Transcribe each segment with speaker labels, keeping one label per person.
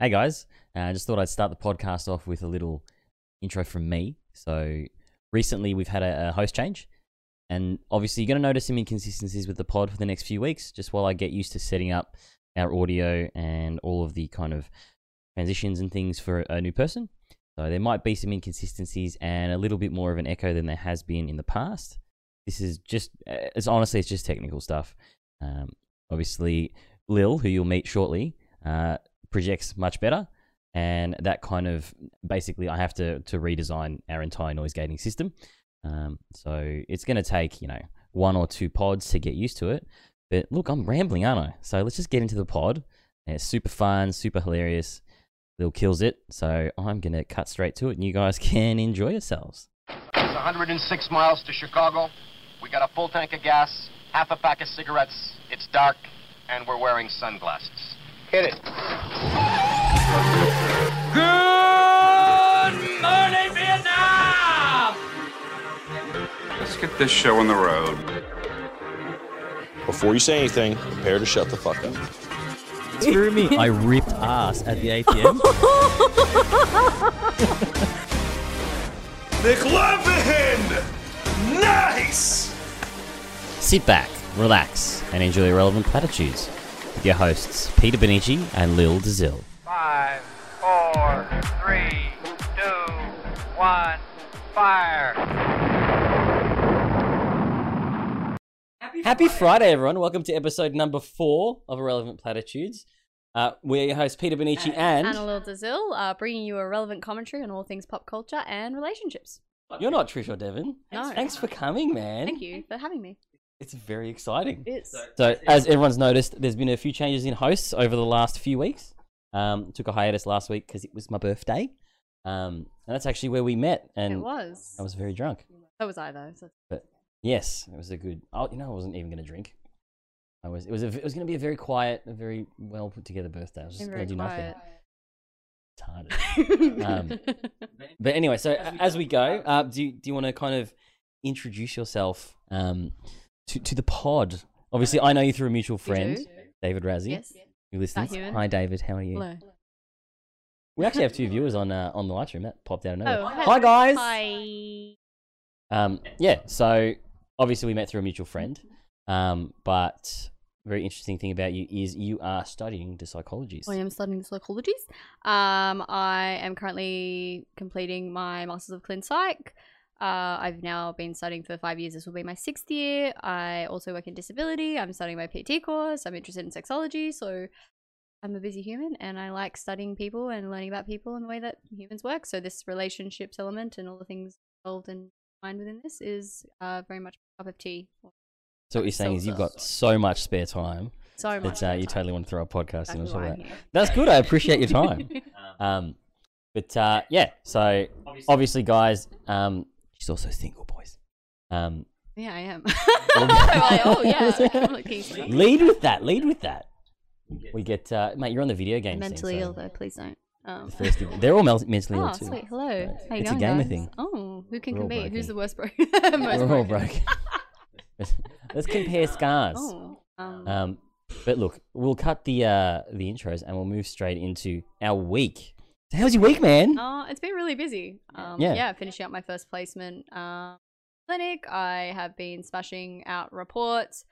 Speaker 1: Hey guys, uh, just thought I'd start the podcast off with a little intro from me. So recently we've had a, a host change, and obviously you're going to notice some inconsistencies with the pod for the next few weeks, just while I get used to setting up our audio and all of the kind of transitions and things for a new person. So there might be some inconsistencies and a little bit more of an echo than there has been in the past. This is just, uh, it's honestly, it's just technical stuff. Um, obviously, Lil, who you'll meet shortly, uh, projects much better, and that kind of basically I have to to redesign our entire noise gating system. Um, so it's going to take you know one or two pods to get used to it. But look, I'm rambling, aren't I? So let's just get into the pod. And It's super fun, super hilarious. Lil kills it, so I'm gonna cut straight to it, and you guys can enjoy yourselves.
Speaker 2: It's 106 miles to Chicago. We got a full tank of gas, half a pack of cigarettes. It's dark, and we're wearing sunglasses. Hit it.
Speaker 3: Good morning, Vietnam!
Speaker 4: Let's get this show on the road.
Speaker 5: Before you say anything, prepare to shut the fuck up.
Speaker 1: Screw me! I ripped ass at the ATM.
Speaker 4: McLovin! Nice!
Speaker 1: Sit back, relax, and enjoy irrelevant platitudes with your hosts Peter Benici and Lil Dazil.
Speaker 6: Five, four, three, two, one, fire.
Speaker 1: Happy Friday, everyone! Welcome to episode number four of Irrelevant Platitudes. Uh, we're your hosts Peter Benici
Speaker 7: Anna
Speaker 1: and
Speaker 7: Lil Dazil, uh, bringing you a relevant commentary on all things pop culture and relationships.
Speaker 1: you're not Trish or Devon.
Speaker 7: No.
Speaker 1: Thanks for coming, man.
Speaker 7: Thank you for having me.
Speaker 1: It's very exciting.
Speaker 7: It's
Speaker 1: So, as everyone's noticed, there's been a few changes in hosts over the last few weeks. Um, took a hiatus last week because it was my birthday, um, and that's actually where we met. And
Speaker 7: it was.
Speaker 1: I was very drunk.
Speaker 7: So was I though. So
Speaker 1: Yes, it was a good. Oh, you know, I wasn't even going to drink. I was. It was. A, it was going to be a very quiet, a very well put together birthday. I was
Speaker 7: it's
Speaker 1: just
Speaker 7: very
Speaker 1: going to do Um,
Speaker 7: quiet.
Speaker 1: nothing. Retarded. but anyway, so as we, go, uh, do you, do you want to kind of introduce yourself um, to to the pod? Obviously, I know you through a mutual friend,
Speaker 7: do.
Speaker 1: David Razzie.
Speaker 7: yes.
Speaker 1: who listens.
Speaker 7: human.
Speaker 1: Hi, David. How are you?
Speaker 7: Hello.
Speaker 1: We actually have two viewers on uh, on the live stream that popped out of nowhere.
Speaker 7: Oh,
Speaker 1: hi, guys.
Speaker 7: Hi. Oh.
Speaker 1: Um, yeah. So obviously we met through a mutual friend, um, but very interesting thing about you is you are studying the psychologies.
Speaker 7: I am studying psychologies. Um, I am currently completing my Masters of Clin Psych. Uh, I've now been studying for five years. This will be my sixth year. I also work in disability. I'm studying my PT course. I'm interested in sexology. So I'm a busy human and I like studying people and learning about people and the way that humans work. So this relationships element and all the things involved and mind within this is uh, very much my cup of tea.
Speaker 1: so what you're saying is you've got so much spare time
Speaker 7: So much.
Speaker 1: that uh, you totally want to throw a podcast
Speaker 7: That's
Speaker 1: in or
Speaker 7: why
Speaker 1: something.
Speaker 7: I'm
Speaker 1: Like.
Speaker 7: here.
Speaker 1: That's good. I appreciate your time. um, but uh, yeah. So obviously, guys, um, she's also single, boys. Um,
Speaker 7: Yeah, I am. Like, oh yeah, I'm looking strong.
Speaker 1: lead with that. Lead with that. We get, uh, mate. You're on the video game. scene,
Speaker 7: mentally
Speaker 1: so
Speaker 7: ill though. Please don't. Um.
Speaker 1: the thirsty- They're all mel- mentally ill
Speaker 7: Oh,
Speaker 1: too.
Speaker 7: sweet. Hello. How you
Speaker 1: It's a
Speaker 7: going,
Speaker 1: gamer
Speaker 7: guys?
Speaker 1: thing.
Speaker 7: Oh, who can
Speaker 1: We're all
Speaker 7: compete?
Speaker 1: broken.
Speaker 7: Who's the worst broken? Most
Speaker 1: We're all
Speaker 7: broken.
Speaker 1: broken. Let's compare scars.
Speaker 7: Oh, um,
Speaker 1: Um, but look, we'll cut the uh, the intros and we'll move straight into our week. So How's your week, man?
Speaker 7: uh, it's been really busy. Um,
Speaker 1: Yeah.
Speaker 7: yeah. finishing up my first placement um, clinic. I have been smashing out reports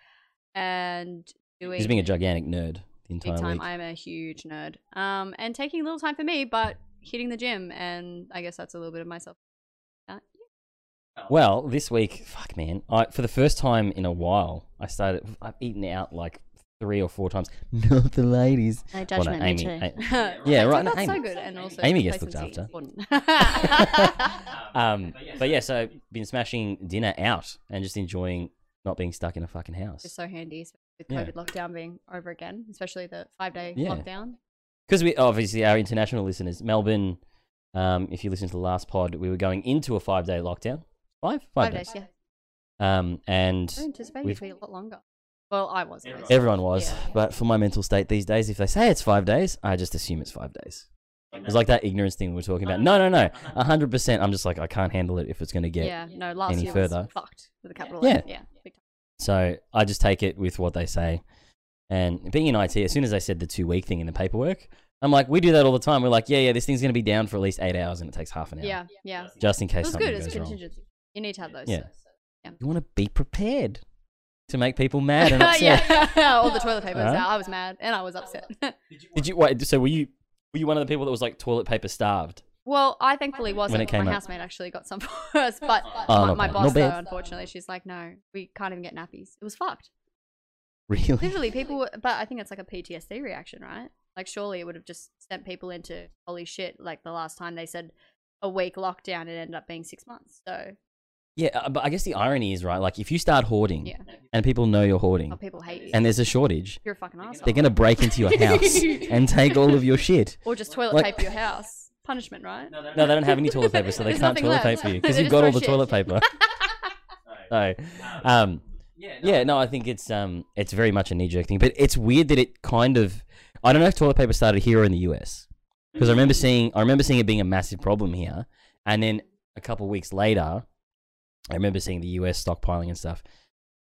Speaker 7: and doing.
Speaker 1: He's being a gigantic nerd the
Speaker 7: big
Speaker 1: entire
Speaker 7: time.
Speaker 1: week.
Speaker 7: I'm a huge nerd. Um, and taking a little time for me, but hitting the gym, and I guess that's a little bit of myself.
Speaker 1: Well, this week, fuck, man. I for the first time in a while, I started. I've eaten out like three or four times. Not the ladies.
Speaker 7: No
Speaker 1: Well, no, Amy, A-
Speaker 7: yeah,
Speaker 1: right, no,
Speaker 7: That's so
Speaker 1: Amy.
Speaker 7: good, and also
Speaker 1: Amy gets looked
Speaker 7: complacency is important.
Speaker 1: um, but yeah, so been smashing dinner out and just enjoying not being stuck in a fucking house.
Speaker 7: just so handy especially with
Speaker 1: Yeah.
Speaker 7: COVID lockdown being over again, especially the five day
Speaker 1: Yeah.
Speaker 7: lockdown.
Speaker 1: because we obviously our international listeners, Melbourne. Um, if you listen to the last pod, we were going into a five day lockdown. Five, five,
Speaker 7: Five
Speaker 1: days.
Speaker 7: days, yeah.
Speaker 1: Um, and
Speaker 7: I anticipated
Speaker 1: we've-
Speaker 7: it to be a lot longer. Well, I was. Everyone.
Speaker 1: everyone was,
Speaker 7: Yeah.
Speaker 1: but for my mental state these days, if they say it's five days, I just assume it's five days. It's like that ignorance thing we were talking about. No, no, no, hundred percent. I'm just like I can't handle it if it's going to get.
Speaker 7: Yeah. No, last
Speaker 1: Any
Speaker 7: year
Speaker 1: further?
Speaker 7: was fucked with a capital
Speaker 1: Yeah.
Speaker 7: M. Yeah. big time.
Speaker 1: So I just take it with what they say. And being in IT, as soon as they said the two week thing in the paperwork, I'm like, we do that all the time. We're like, yeah, yeah, this thing's gonna be down for at least eight hours, and it takes half an hour.
Speaker 7: Yeah, yeah.
Speaker 1: Just in
Speaker 7: It
Speaker 1: case
Speaker 7: was
Speaker 1: something
Speaker 7: good. It's
Speaker 1: goes wrong.
Speaker 7: contingency. You need to have those.
Speaker 1: Yeah. You want to be prepared to make people mad and upset.
Speaker 7: yeah. All the toilet paper was
Speaker 1: Huh?
Speaker 7: out. I was mad and I was upset.
Speaker 1: Did you wait? So were you were you one of the people that was like toilet paper starved?
Speaker 7: well, I thankfully wasn't.
Speaker 1: it came
Speaker 7: my
Speaker 1: out.
Speaker 7: housemate actually got some for us, but
Speaker 1: Oh,
Speaker 7: my,
Speaker 1: not
Speaker 7: my
Speaker 1: bad,
Speaker 7: boss
Speaker 1: not
Speaker 7: though,
Speaker 1: bad.
Speaker 7: unfortunately, she's like, no, we can't even get nappies. It was fucked.
Speaker 1: Really?
Speaker 7: Literally, people. Were, but I think it's like a PTSD reaction, right? Like, surely it would have just sent people into holy shit. Like the last time they said a week lockdown, it ended up being six months.
Speaker 1: Mm.
Speaker 7: So
Speaker 1: Yeah, uh, but I guess the irony is right. Like if you start hoarding,
Speaker 7: Yeah.
Speaker 1: and people know you're hoarding,
Speaker 7: oh, people hate you.
Speaker 1: and there's a shortage,
Speaker 7: You're a fucking asshole.
Speaker 1: they're gonna break into your house and take all of your shit.
Speaker 7: or just toilet
Speaker 1: like-
Speaker 7: paper your house. Punishment, right?
Speaker 1: No, they don't have any toilet paper, so they
Speaker 7: There's
Speaker 1: can't
Speaker 7: nothing
Speaker 1: toilet
Speaker 7: left.
Speaker 1: paper you because
Speaker 7: They
Speaker 1: you've
Speaker 7: just
Speaker 1: got all the
Speaker 7: throw
Speaker 1: toilet
Speaker 7: shit.
Speaker 1: paper. no, um, yeah, no, I think it's um, it's very much a knee jerk thing, but it's weird that it kind of. I don't know if toilet paper started here or in the US, because I
Speaker 7: Mm.
Speaker 1: remember seeing I remember seeing it being a massive problem here, and then a couple weeks later, I remember seeing the US stockpiling and stuff.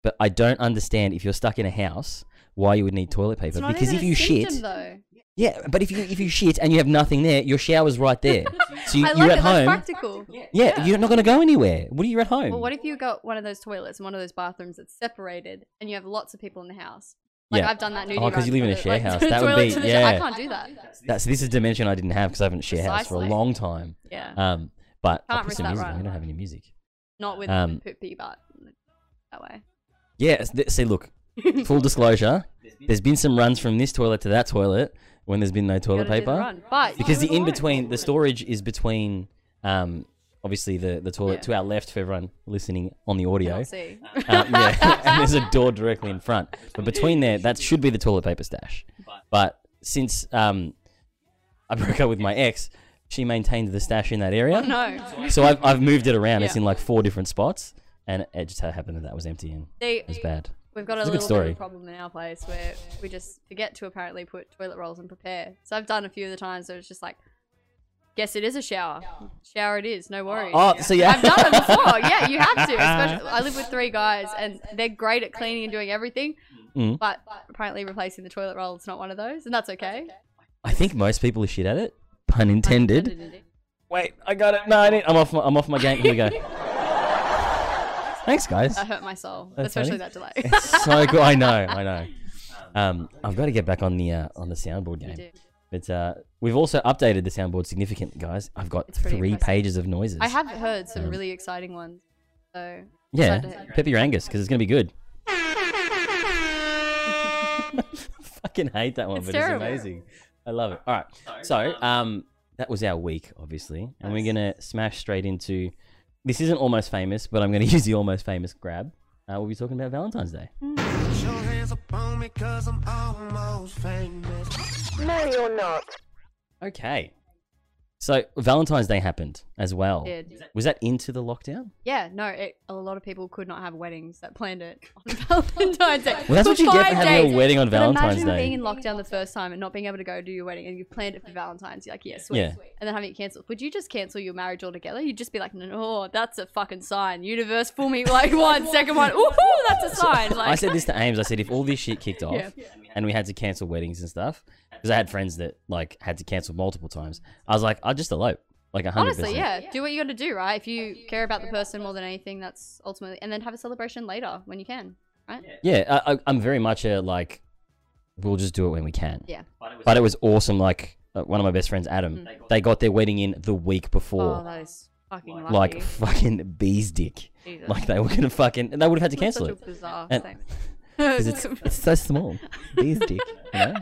Speaker 1: But I don't understand if you're stuck in a house why you would need toilet paper
Speaker 7: It's not
Speaker 1: because
Speaker 7: even
Speaker 1: if
Speaker 7: a
Speaker 1: you
Speaker 7: symptom,
Speaker 1: shit,
Speaker 7: though.
Speaker 1: yeah, but if you if you shit and you have nothing there, your shower's right there, so you,
Speaker 7: I like
Speaker 1: you're
Speaker 7: it.
Speaker 1: at
Speaker 7: That's
Speaker 1: home.
Speaker 7: practical.
Speaker 1: Yeah, you're not going to go anywhere. What are you at home?
Speaker 7: Well, what if you got one of those toilets and one of those bathrooms that's separated, and you have lots of people in the house? Like
Speaker 1: Yeah.
Speaker 7: I've done that.
Speaker 1: Oh, 'cause you live in a share house. That would be-
Speaker 7: I
Speaker 1: yeah.
Speaker 7: can't do that.
Speaker 1: That's this is a dimension I didn't have because I haven't shared house for a
Speaker 7: Precisely.
Speaker 1: long time.
Speaker 7: Yeah,
Speaker 1: Um, but I'll put
Speaker 7: Can't risk
Speaker 1: some
Speaker 7: that
Speaker 1: music.
Speaker 7: right
Speaker 1: on. We don't
Speaker 7: away.
Speaker 1: have any music.
Speaker 7: not with
Speaker 1: um,
Speaker 7: poopy, but that way.
Speaker 1: Yeah. it's- th- See, look. full disclosure. There's been some runs from this toilet to that toilet when there's been no
Speaker 7: Gotta
Speaker 1: toilet
Speaker 7: do the
Speaker 1: paper
Speaker 7: run. But
Speaker 1: because the
Speaker 7: you do it
Speaker 1: in
Speaker 7: alone.
Speaker 1: between the storage is between um, obviously the the toilet
Speaker 7: Yeah.
Speaker 1: to our left for everyone listening on the audio.
Speaker 7: Cannot see.
Speaker 1: Um, yeah, and there's a door directly in front. But between there, that should be the toilet paper stash. But since um, I broke up with my ex, she maintained the stash in that area.
Speaker 7: Oh, no,
Speaker 1: So I've, I've moved it around. It's
Speaker 7: Yeah.
Speaker 1: in like four different spots. And it just happened that that was empty and
Speaker 7: they,
Speaker 1: it was bad.
Speaker 7: we've got a
Speaker 1: It's a
Speaker 7: little
Speaker 1: good
Speaker 7: bit
Speaker 1: story.
Speaker 7: of a problem in our place where we just forget to apparently put toilet rolls and prepare. So I've done a few of the times where it's just like, guess it is a shower. Shower it is. No worries.
Speaker 1: Oh, so yeah.
Speaker 7: I've done it before. Yeah, you have to. Especially, I live with three guys, and they're great at cleaning and doing everything.
Speaker 1: Mm.
Speaker 7: But apparently, replacing the toilet roll is not one of those, and that's okay.
Speaker 1: I think most people are shit at it. Pun intended. Wait, I got it. No, I didn't. I'm off my, I'm off my game. Here we go. Thanks, guys.
Speaker 7: That hurt my soul,
Speaker 1: That's
Speaker 7: especially
Speaker 1: funny.
Speaker 7: that delay.
Speaker 1: It's so good. I know. I know. Um, I've got to get back on the uh, on the soundboard game.
Speaker 7: do.
Speaker 1: But uh, we've also updated the soundboard significantly, guys. I've got
Speaker 7: It's pretty
Speaker 1: three
Speaker 7: impressive.
Speaker 1: pages of noises.
Speaker 7: I have heard some really exciting ones. So
Speaker 1: Yeah,
Speaker 7: excited to hear.
Speaker 1: pepper your Angus because it's gonna be good. Fucking hate that one,
Speaker 7: It's
Speaker 1: but
Speaker 7: terrible.
Speaker 1: it's amazing. I love it. All right, so um, that was our week, obviously, and we're gonna smash straight into. This isn't almost famous, but I'm gonna use the almost famous grab. Uh, we'll be talking about Valentine's Day.
Speaker 7: Mm.
Speaker 1: Okay. So Valentine's Day happened as well.
Speaker 7: Did.
Speaker 1: Was that into the lockdown?
Speaker 7: yeah, no, it, a lot of people could not have weddings that planned it on Valentine's Day.
Speaker 1: Well, that's what you get
Speaker 7: five
Speaker 1: for having a wedding on
Speaker 7: But
Speaker 1: Valentine's
Speaker 7: imagine
Speaker 1: Day.
Speaker 7: being in lockdown the first time and not being able to go do your wedding, and you planned it for Valentine's. You're like, yeah, sweet.
Speaker 1: Yeah.
Speaker 7: And then having it cancelled. Would you just cancel your marriage altogether? You'd just be like, no, no, that's a fucking sign. Universe, fool me like one, second one. Ooh, that's a sign. Like,
Speaker 1: I said this to Ames. I said if all this shit kicked off
Speaker 7: Yeah.
Speaker 1: and we had to cancel weddings and stuff, because I had friends that like had to cancel multiple times. I was like, I'd just elope, like hundred percent.
Speaker 7: Honestly, yeah. Do what you got to do, right? If you care about the person more than anything, that's ultimately, and then have a celebration later when you can, right?
Speaker 1: yeah. I, I, I'm very much a like, we'll just do it when we can.
Speaker 7: Yeah.
Speaker 1: But it was awesome. Like uh, one of my best friends, Adam, they got their wedding in the week
Speaker 7: Mm. Oh,
Speaker 1: before,
Speaker 7: that is fucking lucky.
Speaker 1: like fucking bees dick.
Speaker 7: Jesus.
Speaker 1: Like they were gonna fucking, and they would have had to
Speaker 7: That's
Speaker 1: cancel
Speaker 7: such
Speaker 1: it.
Speaker 7: a bizarre
Speaker 1: And-
Speaker 7: thing.
Speaker 1: because it's, it's so small. Beer's dick. You know?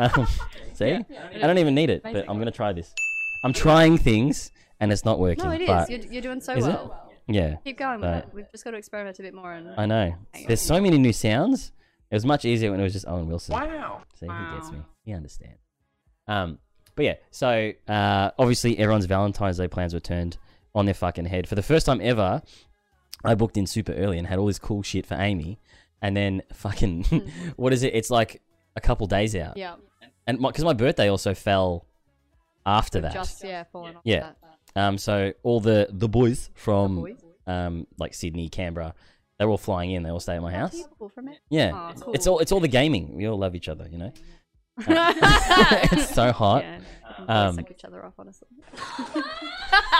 Speaker 1: um, see? I don't even need it, but I'm going to try this. I'm trying things and it's not working.
Speaker 7: no, it is.
Speaker 1: but-
Speaker 7: You're, you're doing so
Speaker 1: Is it?
Speaker 7: well.
Speaker 1: yeah,
Speaker 7: Keep going with
Speaker 1: Uh,
Speaker 7: it. We've just got to experiment a bit more. And
Speaker 1: I know. There's so many new sounds. It was much easier when it was just Owen Wilson.
Speaker 4: Wow.
Speaker 1: See, he gets me. He understands. Um, but yeah, so uh, obviously everyone's Valentine's Day plans were turned on their fucking head. For the first time ever, I booked in super early and had all this cool shit for Amy. And then fucking, what is it? It's like a couple days out.
Speaker 7: yeah,
Speaker 1: and because my, birthday also fell after that.
Speaker 7: just yeah, falling off.
Speaker 1: Yeah.
Speaker 7: That.
Speaker 1: um, so all the the boys from
Speaker 7: The boys?
Speaker 1: um like Sydney, Canberra, they're all flying in. They all stay at my house.
Speaker 7: People from it.
Speaker 1: Yeah,
Speaker 7: Aw,
Speaker 1: it's all it's all the gaming. We all love each other, you know. it's so hot.
Speaker 7: Yeah, we
Speaker 1: Um,
Speaker 7: suck each other off, honestly.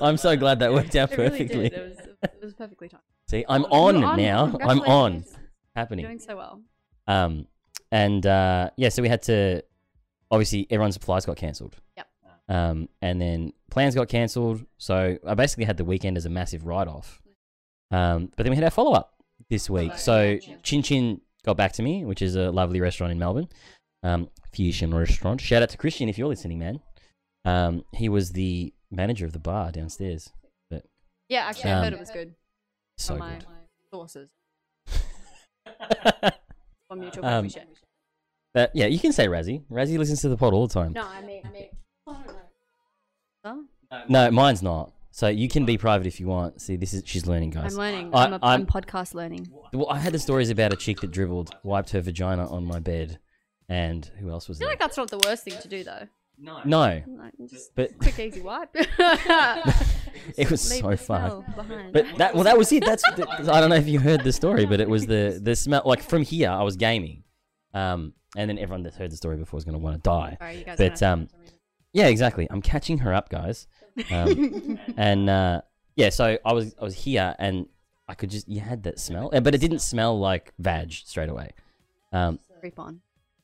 Speaker 1: I'm so glad that worked out
Speaker 7: It really
Speaker 1: perfectly.
Speaker 7: did. It was, it was perfectly timed.
Speaker 1: See, I'm
Speaker 7: Oh,
Speaker 1: on,
Speaker 7: you're
Speaker 1: now. I'm on.
Speaker 7: Congratulations. You're
Speaker 1: Happening.
Speaker 7: doing so well.
Speaker 1: Um, and uh, yeah, so we had to. Obviously, everyone's supplies got cancelled.
Speaker 7: Yep.
Speaker 1: Um, and then plans got cancelled. So I basically had the weekend as a massive write off. Um, but then we had our follow up this
Speaker 7: Oh,
Speaker 1: week. So Chin Chin got back to me, which is a lovely restaurant in Melbourne, um, fusion restaurant. Shout out to Christian if you're listening, man. Um, he was the manager of the bar downstairs. But
Speaker 7: Yeah, actually,
Speaker 1: Um,
Speaker 7: I heard it was good.
Speaker 1: so
Speaker 7: from Oh, my
Speaker 1: good.
Speaker 7: sources from mutual
Speaker 1: Um,
Speaker 7: confusion.
Speaker 1: But yeah, you can say Razzie. Razzie listens to the pod all the time.
Speaker 7: No, I mean, I mean, Huh?
Speaker 1: No, mine's not. So you can be private if you want. See, this is she's learning, guys.
Speaker 7: I'm learning.
Speaker 1: I-
Speaker 7: I'm, a,
Speaker 1: I'm-
Speaker 7: I'm podcast learning.
Speaker 1: Well, I had the stories about a chick that dribbled, wiped her vagina on my bed, and who else was
Speaker 7: I feel
Speaker 1: there?
Speaker 7: like that's not the worst thing to do, though.
Speaker 1: no,
Speaker 7: Like, just
Speaker 1: but
Speaker 7: quick, easy wipe. Leave
Speaker 1: it was so
Speaker 7: the
Speaker 1: fun.
Speaker 7: smell behind.
Speaker 1: But that well, that was it. That's th- I don't know if you heard the story, but it was the the smell. Like from here, I was gaming, um, and then everyone that's heard the story before is going to want to die.
Speaker 7: Sorry, you guys
Speaker 1: but
Speaker 7: wanna-
Speaker 1: um, yeah, exactly. I'm catching her up, guys. Um, and uh, yeah, so I was I was here, and I could just you had that smell, Uh, but it didn't smell like vag straight away. Um,
Speaker 7: creep on.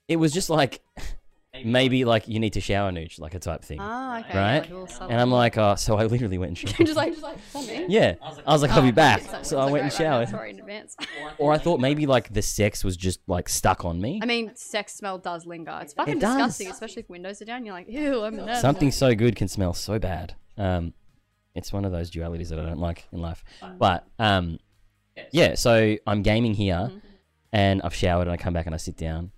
Speaker 1: it was just like maybe like you need to shower nooch like a type thing.
Speaker 7: Oh, okay.
Speaker 1: Right?
Speaker 7: Like a little subtle.
Speaker 1: And I'm like, oh, so I literally went and showered.
Speaker 7: just like, just like, for me.
Speaker 1: yeah, I was like,
Speaker 7: Oh,
Speaker 1: I'll be back.
Speaker 7: Sorry,
Speaker 1: So I went
Speaker 7: sorry,
Speaker 1: and
Speaker 7: right, right,
Speaker 1: showered.
Speaker 7: Sorry in advance.
Speaker 1: Or I thought maybe like the sex was just like stuck on me.
Speaker 7: I mean, sex smell does linger. It's fucking
Speaker 1: It does.
Speaker 7: disgusting, especially if windows are down. You're like, ew, I'm nervous.
Speaker 1: Something so good can smell so bad. Um, it's one of those dualities that I don't like in life. But um, yeah, so I'm gaming here,
Speaker 7: Mm-hmm.
Speaker 1: and I've showered, and I come back and I sit down,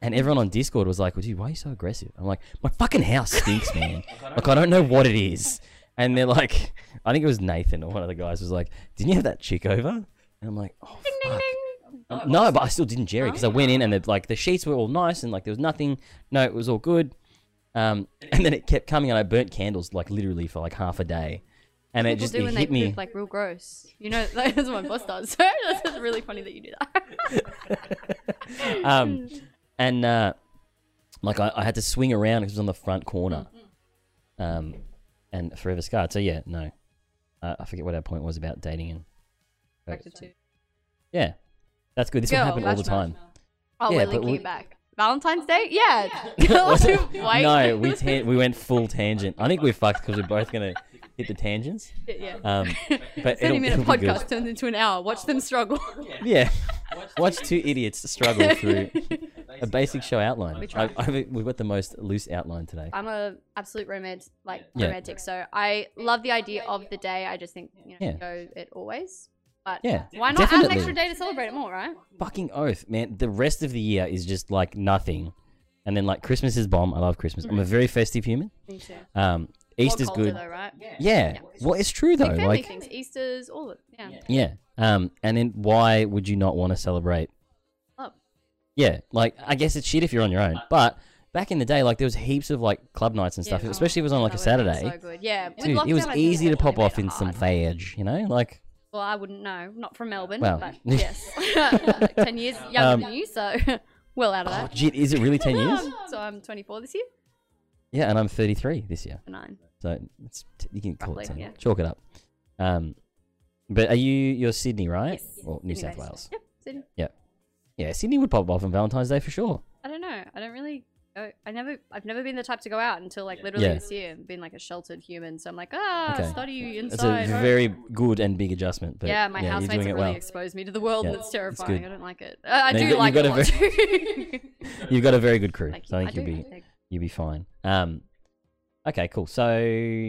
Speaker 1: and everyone on Discord was like, well, "Dude, why are you so aggressive?" I'm like, "My fucking house stinks, man. like I don't know what it is." And they're like, I think it was Nathan or one of the guys was like, "Didn't you have that chick over?" And I'm like, "Oh, fuck." Um, no, but I still didn't Jerry because I went in and the, like the sheets were all nice and like there was nothing. No, it was all good. Um, and then it kept coming and I burnt candles like literally for like half a day, and it
Speaker 7: People
Speaker 1: just
Speaker 7: do
Speaker 1: it
Speaker 7: when
Speaker 1: hit
Speaker 7: they
Speaker 1: me.
Speaker 7: poop, like real gross. You know, like, that's what my boss does. So that's just really funny that you do that.
Speaker 1: um,
Speaker 7: Mm.
Speaker 1: and uh, like I, I had to swing around because it was on the front corner,
Speaker 7: Mm-hmm.
Speaker 1: um, and forever scarred. So yeah, no, uh, I forget what our point was about dating and
Speaker 7: Back to two.
Speaker 1: yeah, that's good. This will
Speaker 7: Girl,
Speaker 1: happen all the
Speaker 7: that's
Speaker 1: time.
Speaker 7: Oh,
Speaker 1: Yeah,
Speaker 7: we're
Speaker 1: but
Speaker 7: linking
Speaker 1: we-
Speaker 7: it back. Valentine's Day? Yeah. Girls who wait.
Speaker 1: no, we ta- we went full tangent. I think we're fucked because we're both gonna hit the tangents.
Speaker 7: yeah.
Speaker 1: Um, but it'll,
Speaker 7: 30 minute
Speaker 1: it'll be good.
Speaker 7: podcast turns into an hour. Watch them struggle.
Speaker 1: Yeah. Watch two idiots struggle through a basic show outline.
Speaker 7: We
Speaker 1: I,
Speaker 7: tried.
Speaker 1: I, think we've got the most loose outline today.
Speaker 7: I'm a absolute romantic, like
Speaker 1: Yeah.
Speaker 7: romantic. So I love the idea of the day. I just think you know
Speaker 1: Yeah.
Speaker 7: go it always. But
Speaker 1: Yeah,
Speaker 7: why not add
Speaker 1: definitely.
Speaker 7: an extra day to celebrate it more, right?
Speaker 1: Fucking oath, man. The rest of the year is just like nothing. And then like Christmas is bomb. I love Christmas. I'm a very festive human.
Speaker 7: Mm. Me too.
Speaker 1: Um, Easter's good.
Speaker 7: though, right? Yeah.
Speaker 1: Yeah. Well, it's true though.
Speaker 7: Family
Speaker 1: like
Speaker 7: things, Easter's, all of yeah.
Speaker 1: yeah. Um, and then why would you not want to celebrate
Speaker 7: Love.
Speaker 1: Yeah, like I guess it's shit if you're on your own, but back in the day, like there was heaps of like club nights and stuff,
Speaker 7: Yeah.
Speaker 1: especially if it was on like a
Speaker 7: That would've been
Speaker 1: Saturday.
Speaker 7: So good. Yeah. with
Speaker 1: Dude, it was
Speaker 7: lockdown, I think
Speaker 1: easy
Speaker 7: it
Speaker 1: to
Speaker 7: would've
Speaker 1: pop
Speaker 7: made
Speaker 1: off
Speaker 7: it
Speaker 1: in some
Speaker 7: hard.
Speaker 1: phage, you know? Like,
Speaker 7: Well, I wouldn't know. Not from Melbourne,
Speaker 1: Well. Um,
Speaker 7: but yes. Ten years younger than you, so well out of
Speaker 1: oh,
Speaker 7: that.
Speaker 1: shit, is it really 10 years?
Speaker 7: Um, so I'm 24 this year.
Speaker 1: Yeah, and I'm 33 this year.
Speaker 7: Nine.
Speaker 1: So it's, t- you can call it
Speaker 7: Roughly,
Speaker 1: 10.
Speaker 7: yeah.
Speaker 1: Chalk it up. Um, but are you, you're Sydney, right? Or New South
Speaker 7: Sydney-based.
Speaker 1: Wales.
Speaker 7: Yep. Sydney.
Speaker 1: Yeah, Sydney would pop off on Valentine's Day for sure.
Speaker 7: I don't know. I don't really. Go, I never. I've never been the type to go out until like literally
Speaker 1: Yeah.
Speaker 7: this year. Been like a sheltered human, so I'm like, ah,
Speaker 1: Okay.
Speaker 7: study you
Speaker 1: It's a
Speaker 7: inside. home."
Speaker 1: very good and big adjustment. But
Speaker 7: yeah, my
Speaker 1: yeah, you're
Speaker 7: housemates have
Speaker 1: doing it
Speaker 7: really
Speaker 1: well.
Speaker 7: exposed me to the world,
Speaker 1: Yeah,
Speaker 7: and it's
Speaker 1: it's good.
Speaker 7: terrifying. I don't like it. Uh, I
Speaker 1: No,
Speaker 7: do
Speaker 1: you've got-
Speaker 7: like
Speaker 1: you've
Speaker 7: it a
Speaker 1: got a
Speaker 7: lot. Too.
Speaker 1: You've got a very good crew,
Speaker 7: Thank
Speaker 1: so I think
Speaker 7: you.
Speaker 1: you'll be
Speaker 7: do.
Speaker 1: you'll be fine. Um, okay, cool. So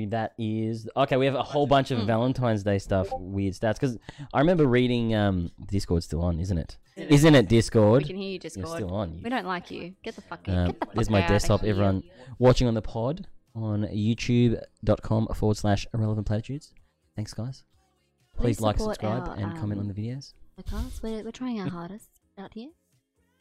Speaker 1: that is okay. We have a whole bunch
Speaker 7: Hmm.
Speaker 1: of Valentine's Day stuff, weird stats. Because I remember reading um, Discord's still on, isn't it? Isn't it
Speaker 7: We
Speaker 1: Discord?
Speaker 7: can hear you, Discord.
Speaker 1: You're still on.
Speaker 7: We don't like you. Get the fuck out.
Speaker 1: Um,
Speaker 7: Get the fuck
Speaker 1: there's my
Speaker 7: out.
Speaker 1: desktop.
Speaker 7: I hear
Speaker 1: Everyone
Speaker 7: you.
Speaker 1: watching on the pod on youtube.com forward slash irrelevant platitudes. Thanks, guys. Please,
Speaker 7: Please
Speaker 1: like,
Speaker 7: support
Speaker 1: subscribe,
Speaker 7: our,
Speaker 1: and comment on the
Speaker 7: um,
Speaker 1: videos.
Speaker 7: Because we're, we're trying our hardest out here.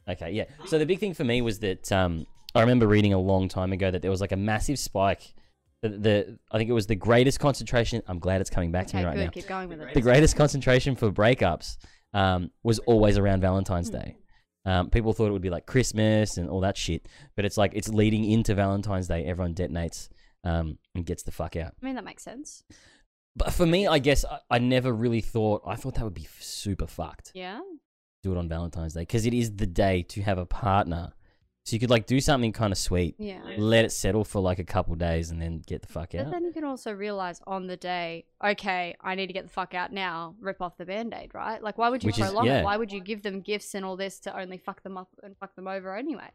Speaker 1: Okay, yeah. So the big thing for me was that um, I remember reading a long time ago that there was like a massive spike. The, the I think it was the greatest concentration. I'm glad it's coming back to
Speaker 7: Okay,
Speaker 1: me right
Speaker 7: good.
Speaker 1: now.
Speaker 7: Keep going with it. Hmm.
Speaker 1: The greatest concentration for breakups um, was always around Valentine's Day. Um, people thought it would be like Christmas and all that shit, but it's like it's leading into Valentine's Day. Everyone detonates um, and gets the fuck out.
Speaker 7: I mean, that makes sense.
Speaker 1: But for me, I guess I, I never really thought. I thought that would be f- super fucked.
Speaker 7: Yeah.
Speaker 1: Do it on Valentine's Day because it is the day to have a partner, so you could like do something kind of sweet.
Speaker 7: Yeah.
Speaker 1: Let it settle for like a couple days and then get the fuck out.
Speaker 7: But then you can also realize on the day, okay, I need to get the fuck out now, rip off the band aid, right? Like, why would you
Speaker 1: Which is-
Speaker 7: prolong
Speaker 1: yeah.
Speaker 7: it? Why would you give them gifts and all this to only fuck them up and fuck them over anyway?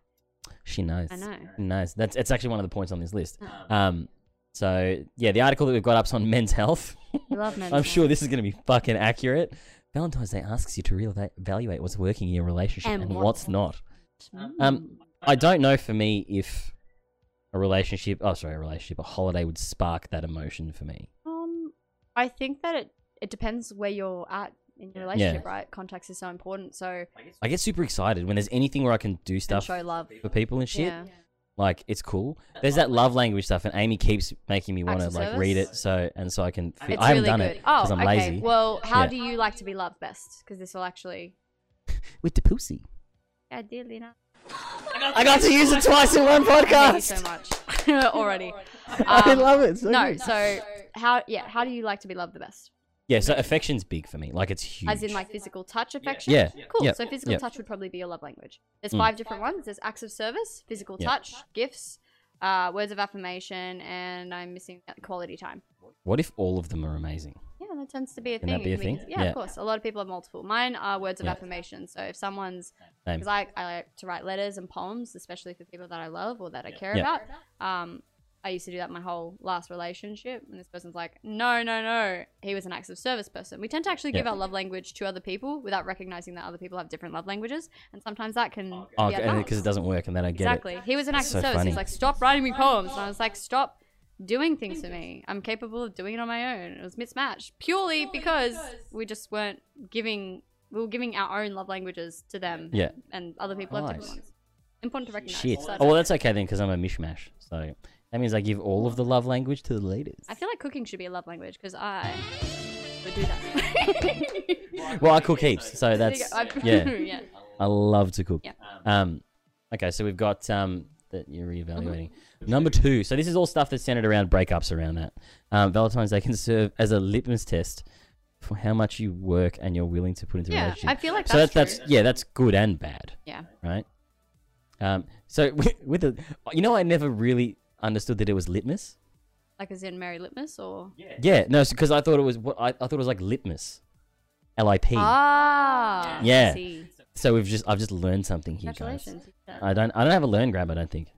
Speaker 1: She knows.
Speaker 7: I know.
Speaker 1: She knows. That's it's actually one of the points on this list.
Speaker 7: Oh.
Speaker 1: Um, so yeah, the article that we've got up's on men's health.
Speaker 7: We love men's
Speaker 1: I'm
Speaker 7: health.
Speaker 1: sure this is going to be fucking accurate. Valentine's Day asks you to reevaluate what's working in your relationship and,
Speaker 7: And Mm.
Speaker 1: what's
Speaker 7: what's
Speaker 1: not. Um, I don't know for me if a relationship, oh sorry, a relationship, a holiday would spark that emotion for me.
Speaker 7: Um, I think that it it depends where you're at in your relationship, right? Contacts is so important. So
Speaker 1: I get super excited when there's anything where I can do
Speaker 7: and
Speaker 1: stuff
Speaker 7: show love.
Speaker 1: for people and shit.
Speaker 7: Yeah.
Speaker 1: Like it's cool. There's that love language stuff, and Amy keeps making me want to
Speaker 7: Acts of
Speaker 1: like read
Speaker 7: service?
Speaker 1: it. So and so I can. Feel,
Speaker 7: It's
Speaker 1: I haven't
Speaker 7: really
Speaker 1: done
Speaker 7: good.
Speaker 1: it
Speaker 7: Oh,
Speaker 1: because I'm
Speaker 7: okay.
Speaker 1: lazy.
Speaker 7: Well, how
Speaker 1: Yeah.
Speaker 7: do you like to be loved best? Because this will actually
Speaker 1: With the pussy.
Speaker 7: ideally not.
Speaker 1: I got to use it twice in one
Speaker 7: Thank you
Speaker 1: podcast.
Speaker 7: so much already.
Speaker 1: I
Speaker 7: Um,
Speaker 1: love it. So
Speaker 7: no,
Speaker 1: good.
Speaker 7: so how yeah, how do you like to be loved the best?
Speaker 1: yeah, so affection's big for me. Like it's huge.
Speaker 7: As in like physical touch affection?
Speaker 1: Yeah,
Speaker 7: Cool.
Speaker 1: yeah,
Speaker 7: So physical
Speaker 1: yeah.
Speaker 7: touch would probably be your love language. There's
Speaker 1: Mm.
Speaker 7: five different ones. There's acts of service, physical
Speaker 1: Yeah.
Speaker 7: touch, gifts, uh, words of affirmation, and I'm missing out quality time.
Speaker 1: What if all of them are amazing?
Speaker 7: Yeah, that tends to be a
Speaker 1: Can
Speaker 7: thing.
Speaker 1: that be a
Speaker 7: We
Speaker 1: thing?
Speaker 7: can- yeah,
Speaker 1: Yeah.
Speaker 7: of course. A lot of people have multiple. Mine are words of
Speaker 1: Yeah.
Speaker 7: affirmation. So if someone's
Speaker 1: Same.
Speaker 7: because I, I like to write letters and poems, especially for people that I love or that I care
Speaker 1: Yeah.
Speaker 7: about. Um, I used to do that my whole last relationship, and this person's like, "No, no, no." He was an acts of service person. We tend to actually give
Speaker 1: Yeah.
Speaker 7: our love language to other people without recognizing that other people have different love languages, and sometimes that can
Speaker 1: Oh,
Speaker 7: be
Speaker 1: because
Speaker 7: at
Speaker 1: it doesn't work, and then I get
Speaker 7: Exactly. He was an active
Speaker 1: so
Speaker 7: service. He
Speaker 1: funny.
Speaker 7: was like, stop writing me poems. And I was like, stop doing things for me. I'm capable of doing it on my own. It was mismatched purely because we just weren't giving, we were giving our own love languages to them.
Speaker 1: Yeah.
Speaker 7: And other people have
Speaker 1: Nice.
Speaker 7: different ones. Important to
Speaker 1: it.
Speaker 7: recognize.
Speaker 1: Shit.
Speaker 7: Side
Speaker 1: Oh, well,
Speaker 7: note.
Speaker 1: that's okay then, because I'm a mishmash. So that means I give all of the love language to the ladies.
Speaker 7: I feel like cooking should be a love language because I would do that.
Speaker 1: Well, I cook heaps, so that's
Speaker 7: I've-
Speaker 1: yeah.
Speaker 7: yeah.
Speaker 1: I love to cook.
Speaker 7: Yeah.
Speaker 1: Um, okay, so we've got um that you're reevaluating. Number two. So this is all stuff that's centered around breakups around that. Um, Valentine's Day can serve as a litmus test for how much you work and you're willing to put into a
Speaker 7: Yeah,
Speaker 1: relationship.
Speaker 7: I feel like
Speaker 1: so
Speaker 7: that's
Speaker 1: that's,
Speaker 7: true.
Speaker 1: yeah, that's good and bad,
Speaker 7: Yeah.
Speaker 1: right? Um, so with, with the, you know, I never really understood that it was litmus.
Speaker 7: Like as in Mary Litmus or.
Speaker 1: Yeah, no, because I thought it was what I, I thought it was like litmus, L I P.
Speaker 7: Ah. I
Speaker 1: Yeah.
Speaker 7: see.
Speaker 1: So we've just I've just learned something here, guys.
Speaker 7: Congratulations. you did that.
Speaker 1: I don't. I don't have a learn grab. I don't think.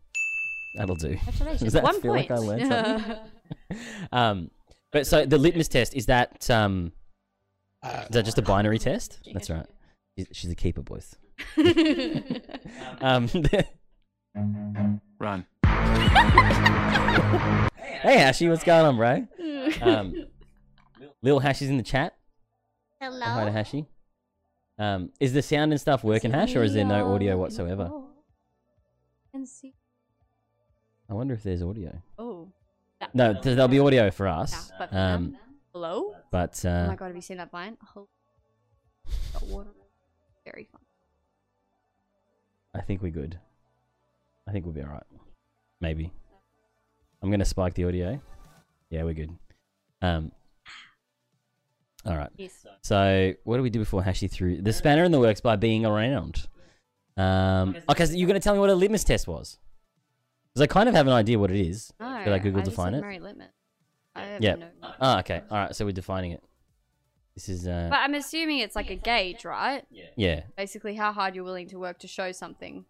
Speaker 1: That'll do.
Speaker 7: Congratulations.
Speaker 1: Does that
Speaker 7: One
Speaker 1: feel like
Speaker 7: point.
Speaker 1: I learned Um, but so the litmus test is that. Um, is that just a binary test? That's right. She's- She's a keeper, boys. um,
Speaker 4: Run.
Speaker 1: hey, Ashy, what's going on, bro? Um, Lil Hashy's in the chat. Hello. Hi to Hashy. Um, is the sound and stuff working, Hash, or is there no audio whatsoever?
Speaker 7: And see.
Speaker 1: I wonder if there's audio.
Speaker 7: Oh.
Speaker 1: No, th- there'll be audio for us.
Speaker 7: Yeah, but for
Speaker 1: Um,
Speaker 7: Hello?
Speaker 1: but
Speaker 7: oh
Speaker 1: uh,
Speaker 7: my god, have you seen that vine? Oh. Got water. Very fun.
Speaker 1: I think we're good. I think we'll be all right. Maybe. I'm gonna spike the audio. Yeah, we're good. Um. All right.
Speaker 7: Yes.
Speaker 1: So what do we do before Hashi threw the spanner in the works by being around? Um. Okay, so you're gonna tell me what a litmus test was? Because I kind of have an idea what it is.
Speaker 7: No.
Speaker 1: Should I Google
Speaker 7: just
Speaker 1: define
Speaker 7: said
Speaker 1: it?
Speaker 7: Mary Litman. I have
Speaker 1: Yeah.
Speaker 7: no-
Speaker 1: Ah, okay. All right. So we're defining it. This is uh.
Speaker 7: But I'm assuming it's like a gauge, right?
Speaker 1: yeah.
Speaker 7: Basically, how hard you're willing to work to show something.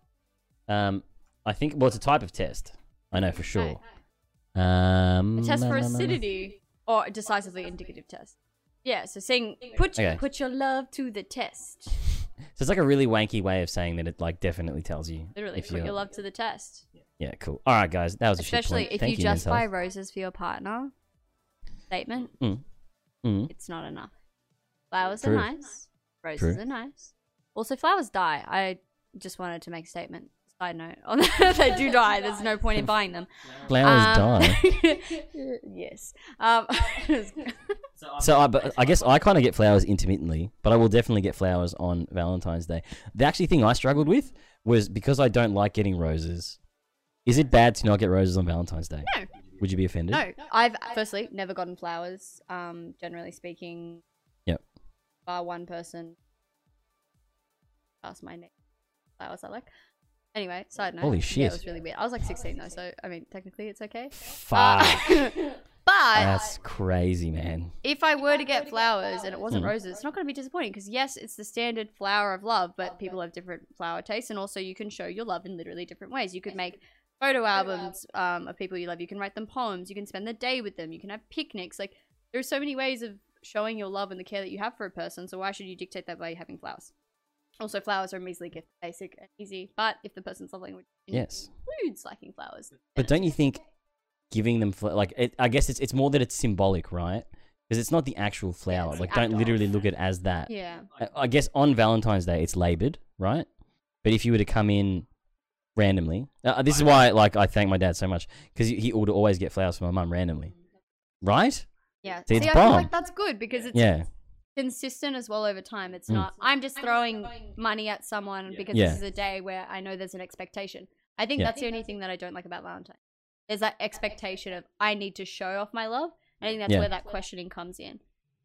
Speaker 1: Um. I think well, it's a type of test. I know for sure. Um.
Speaker 7: A test for
Speaker 1: na- na- na- na.
Speaker 7: acidity or a decisively indicative test. Yeah, so saying put
Speaker 1: Okay.
Speaker 7: put your love to the test.
Speaker 1: So it's like a really wanky way of saying that it like definitely tells you.
Speaker 7: Literally,
Speaker 1: if
Speaker 7: put
Speaker 1: you're-
Speaker 7: your love to the test.
Speaker 1: Yeah, cool. All right, guys, that was a
Speaker 7: Especially
Speaker 1: shit point.
Speaker 7: if
Speaker 1: Thank
Speaker 7: you
Speaker 1: you
Speaker 7: just buy
Speaker 1: Mental
Speaker 7: roses for your partner. Statement.
Speaker 1: Mm. Mm.
Speaker 7: It's not enough. Flowers
Speaker 1: True.
Speaker 7: are nice. Roses
Speaker 1: True.
Speaker 7: are nice. Also, flowers die. I just wanted to make a statement. Side note: on that, they do die. There's no point um, in buying them.
Speaker 1: Flowers die.
Speaker 7: yes. Um,
Speaker 1: So I, but I guess I kind of get flowers intermittently, but I will definitely get flowers on Valentine's Day. The actually thing I struggled with was because I don't like getting roses. Is it bad to not get roses on Valentine's Day?
Speaker 7: No.
Speaker 1: Would you be offended?
Speaker 7: No, I've firstly never gotten flowers. Um, generally speaking,
Speaker 1: Yep.
Speaker 7: bar one person past my neck flowers I like. Anyway, side note.
Speaker 1: Holy
Speaker 7: Yeah,
Speaker 1: shit.
Speaker 7: it was really weird. I was like 16 though, so I mean, technically it's okay.
Speaker 1: Fuck.
Speaker 7: Uh, But
Speaker 1: That's crazy, man.
Speaker 7: if I were to get flowers and it wasn't
Speaker 1: Hmm.
Speaker 7: roses, it's not going to be disappointing because yes, it's the standard flower of love, but people have different flower tastes, and also you can show your love in literally different ways. You could make photo albums um, of people you love. You can write them poems. You can spend the day with them. You can have picnics. Like there's so many ways of showing your love and the care that you have for a person. So why should you dictate that by having flowers? Also, flowers are a measly gift, basic and easy. But if the person's love language
Speaker 1: Yes.
Speaker 7: includes liking flowers,
Speaker 1: But don't you think giving them fl- like it, I guess it's it's more that it's symbolic, right? Because it's not the actual flower.
Speaker 7: it's
Speaker 1: like
Speaker 7: the
Speaker 1: don't literally look at it as that.
Speaker 7: yeah,
Speaker 1: I- I guess on Valentine's Day it's labored, right? But if you were to come in randomly, uh, this is why like I thank my dad so much because he would always get flowers for my mum randomly, right?
Speaker 7: yeah.
Speaker 1: See,
Speaker 7: See,
Speaker 1: it's
Speaker 7: I feel
Speaker 1: bomb.
Speaker 7: like that's good because it's
Speaker 1: Yeah,
Speaker 7: consistent as well over time. It's
Speaker 1: Mm.
Speaker 7: not. I'm just throwing money at someone because
Speaker 1: Yeah.
Speaker 7: this is a day where I know there's an expectation. I think
Speaker 1: Yeah.
Speaker 7: that's the only thing that I don't like about Valentine. There's that expectation of I need to show off my love. I think that's
Speaker 1: Yeah.
Speaker 7: where that questioning comes in.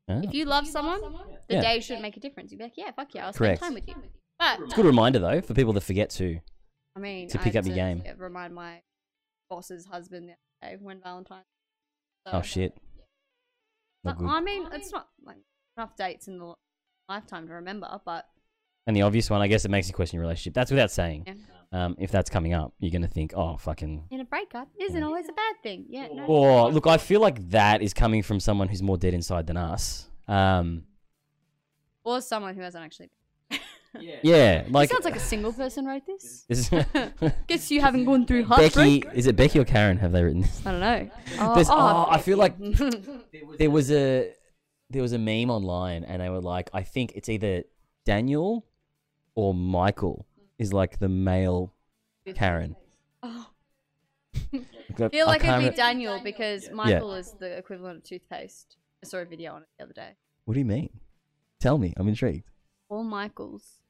Speaker 1: Ah.
Speaker 7: If you love someone, the
Speaker 1: Yeah.
Speaker 7: day should make a difference. You'd be like, yeah, fuck yeah, I'll
Speaker 1: Correct.
Speaker 7: spend time with you. But
Speaker 1: it's a good reminder though for people to forget to.
Speaker 7: I mean,
Speaker 1: To pick
Speaker 7: I
Speaker 1: up your game.
Speaker 7: had to Remind my boss's husband the other day when Valentine.
Speaker 1: Oh shit, not
Speaker 7: But,
Speaker 1: good.
Speaker 7: I mean, it's not like enough dates in the lifetime to remember, but
Speaker 1: And the obvious one, I guess, it makes you question your relationship. That's without saying.
Speaker 7: yeah.
Speaker 1: Um, if that's coming up, you're gonna think, oh fucking.
Speaker 7: in a breakup isn't always a bad thing. Yeah, no.
Speaker 1: Or look, I feel like that is coming from someone who's more dead inside than us. Um,
Speaker 7: Or someone who hasn't actually.
Speaker 1: yeah, like
Speaker 7: sounds like a single person wrote this.
Speaker 1: This-
Speaker 7: Guess you haven't gone through heartbreak.
Speaker 1: Becky, is it Becky or Karen? Have they written this?
Speaker 7: I don't know.
Speaker 1: There's- oh, I feel like there was a there was a meme online, and they were like, I think it's either Daniel or Michael is like the male Karen.
Speaker 7: Oh.
Speaker 1: I
Speaker 7: feel
Speaker 1: can't
Speaker 7: like it'd
Speaker 1: remember-
Speaker 7: be Daniel because Michael is the equivalent of toothpaste. I saw a video on it the other day.
Speaker 1: What do you mean? Tell me, I'm intrigued.
Speaker 7: All Michaels,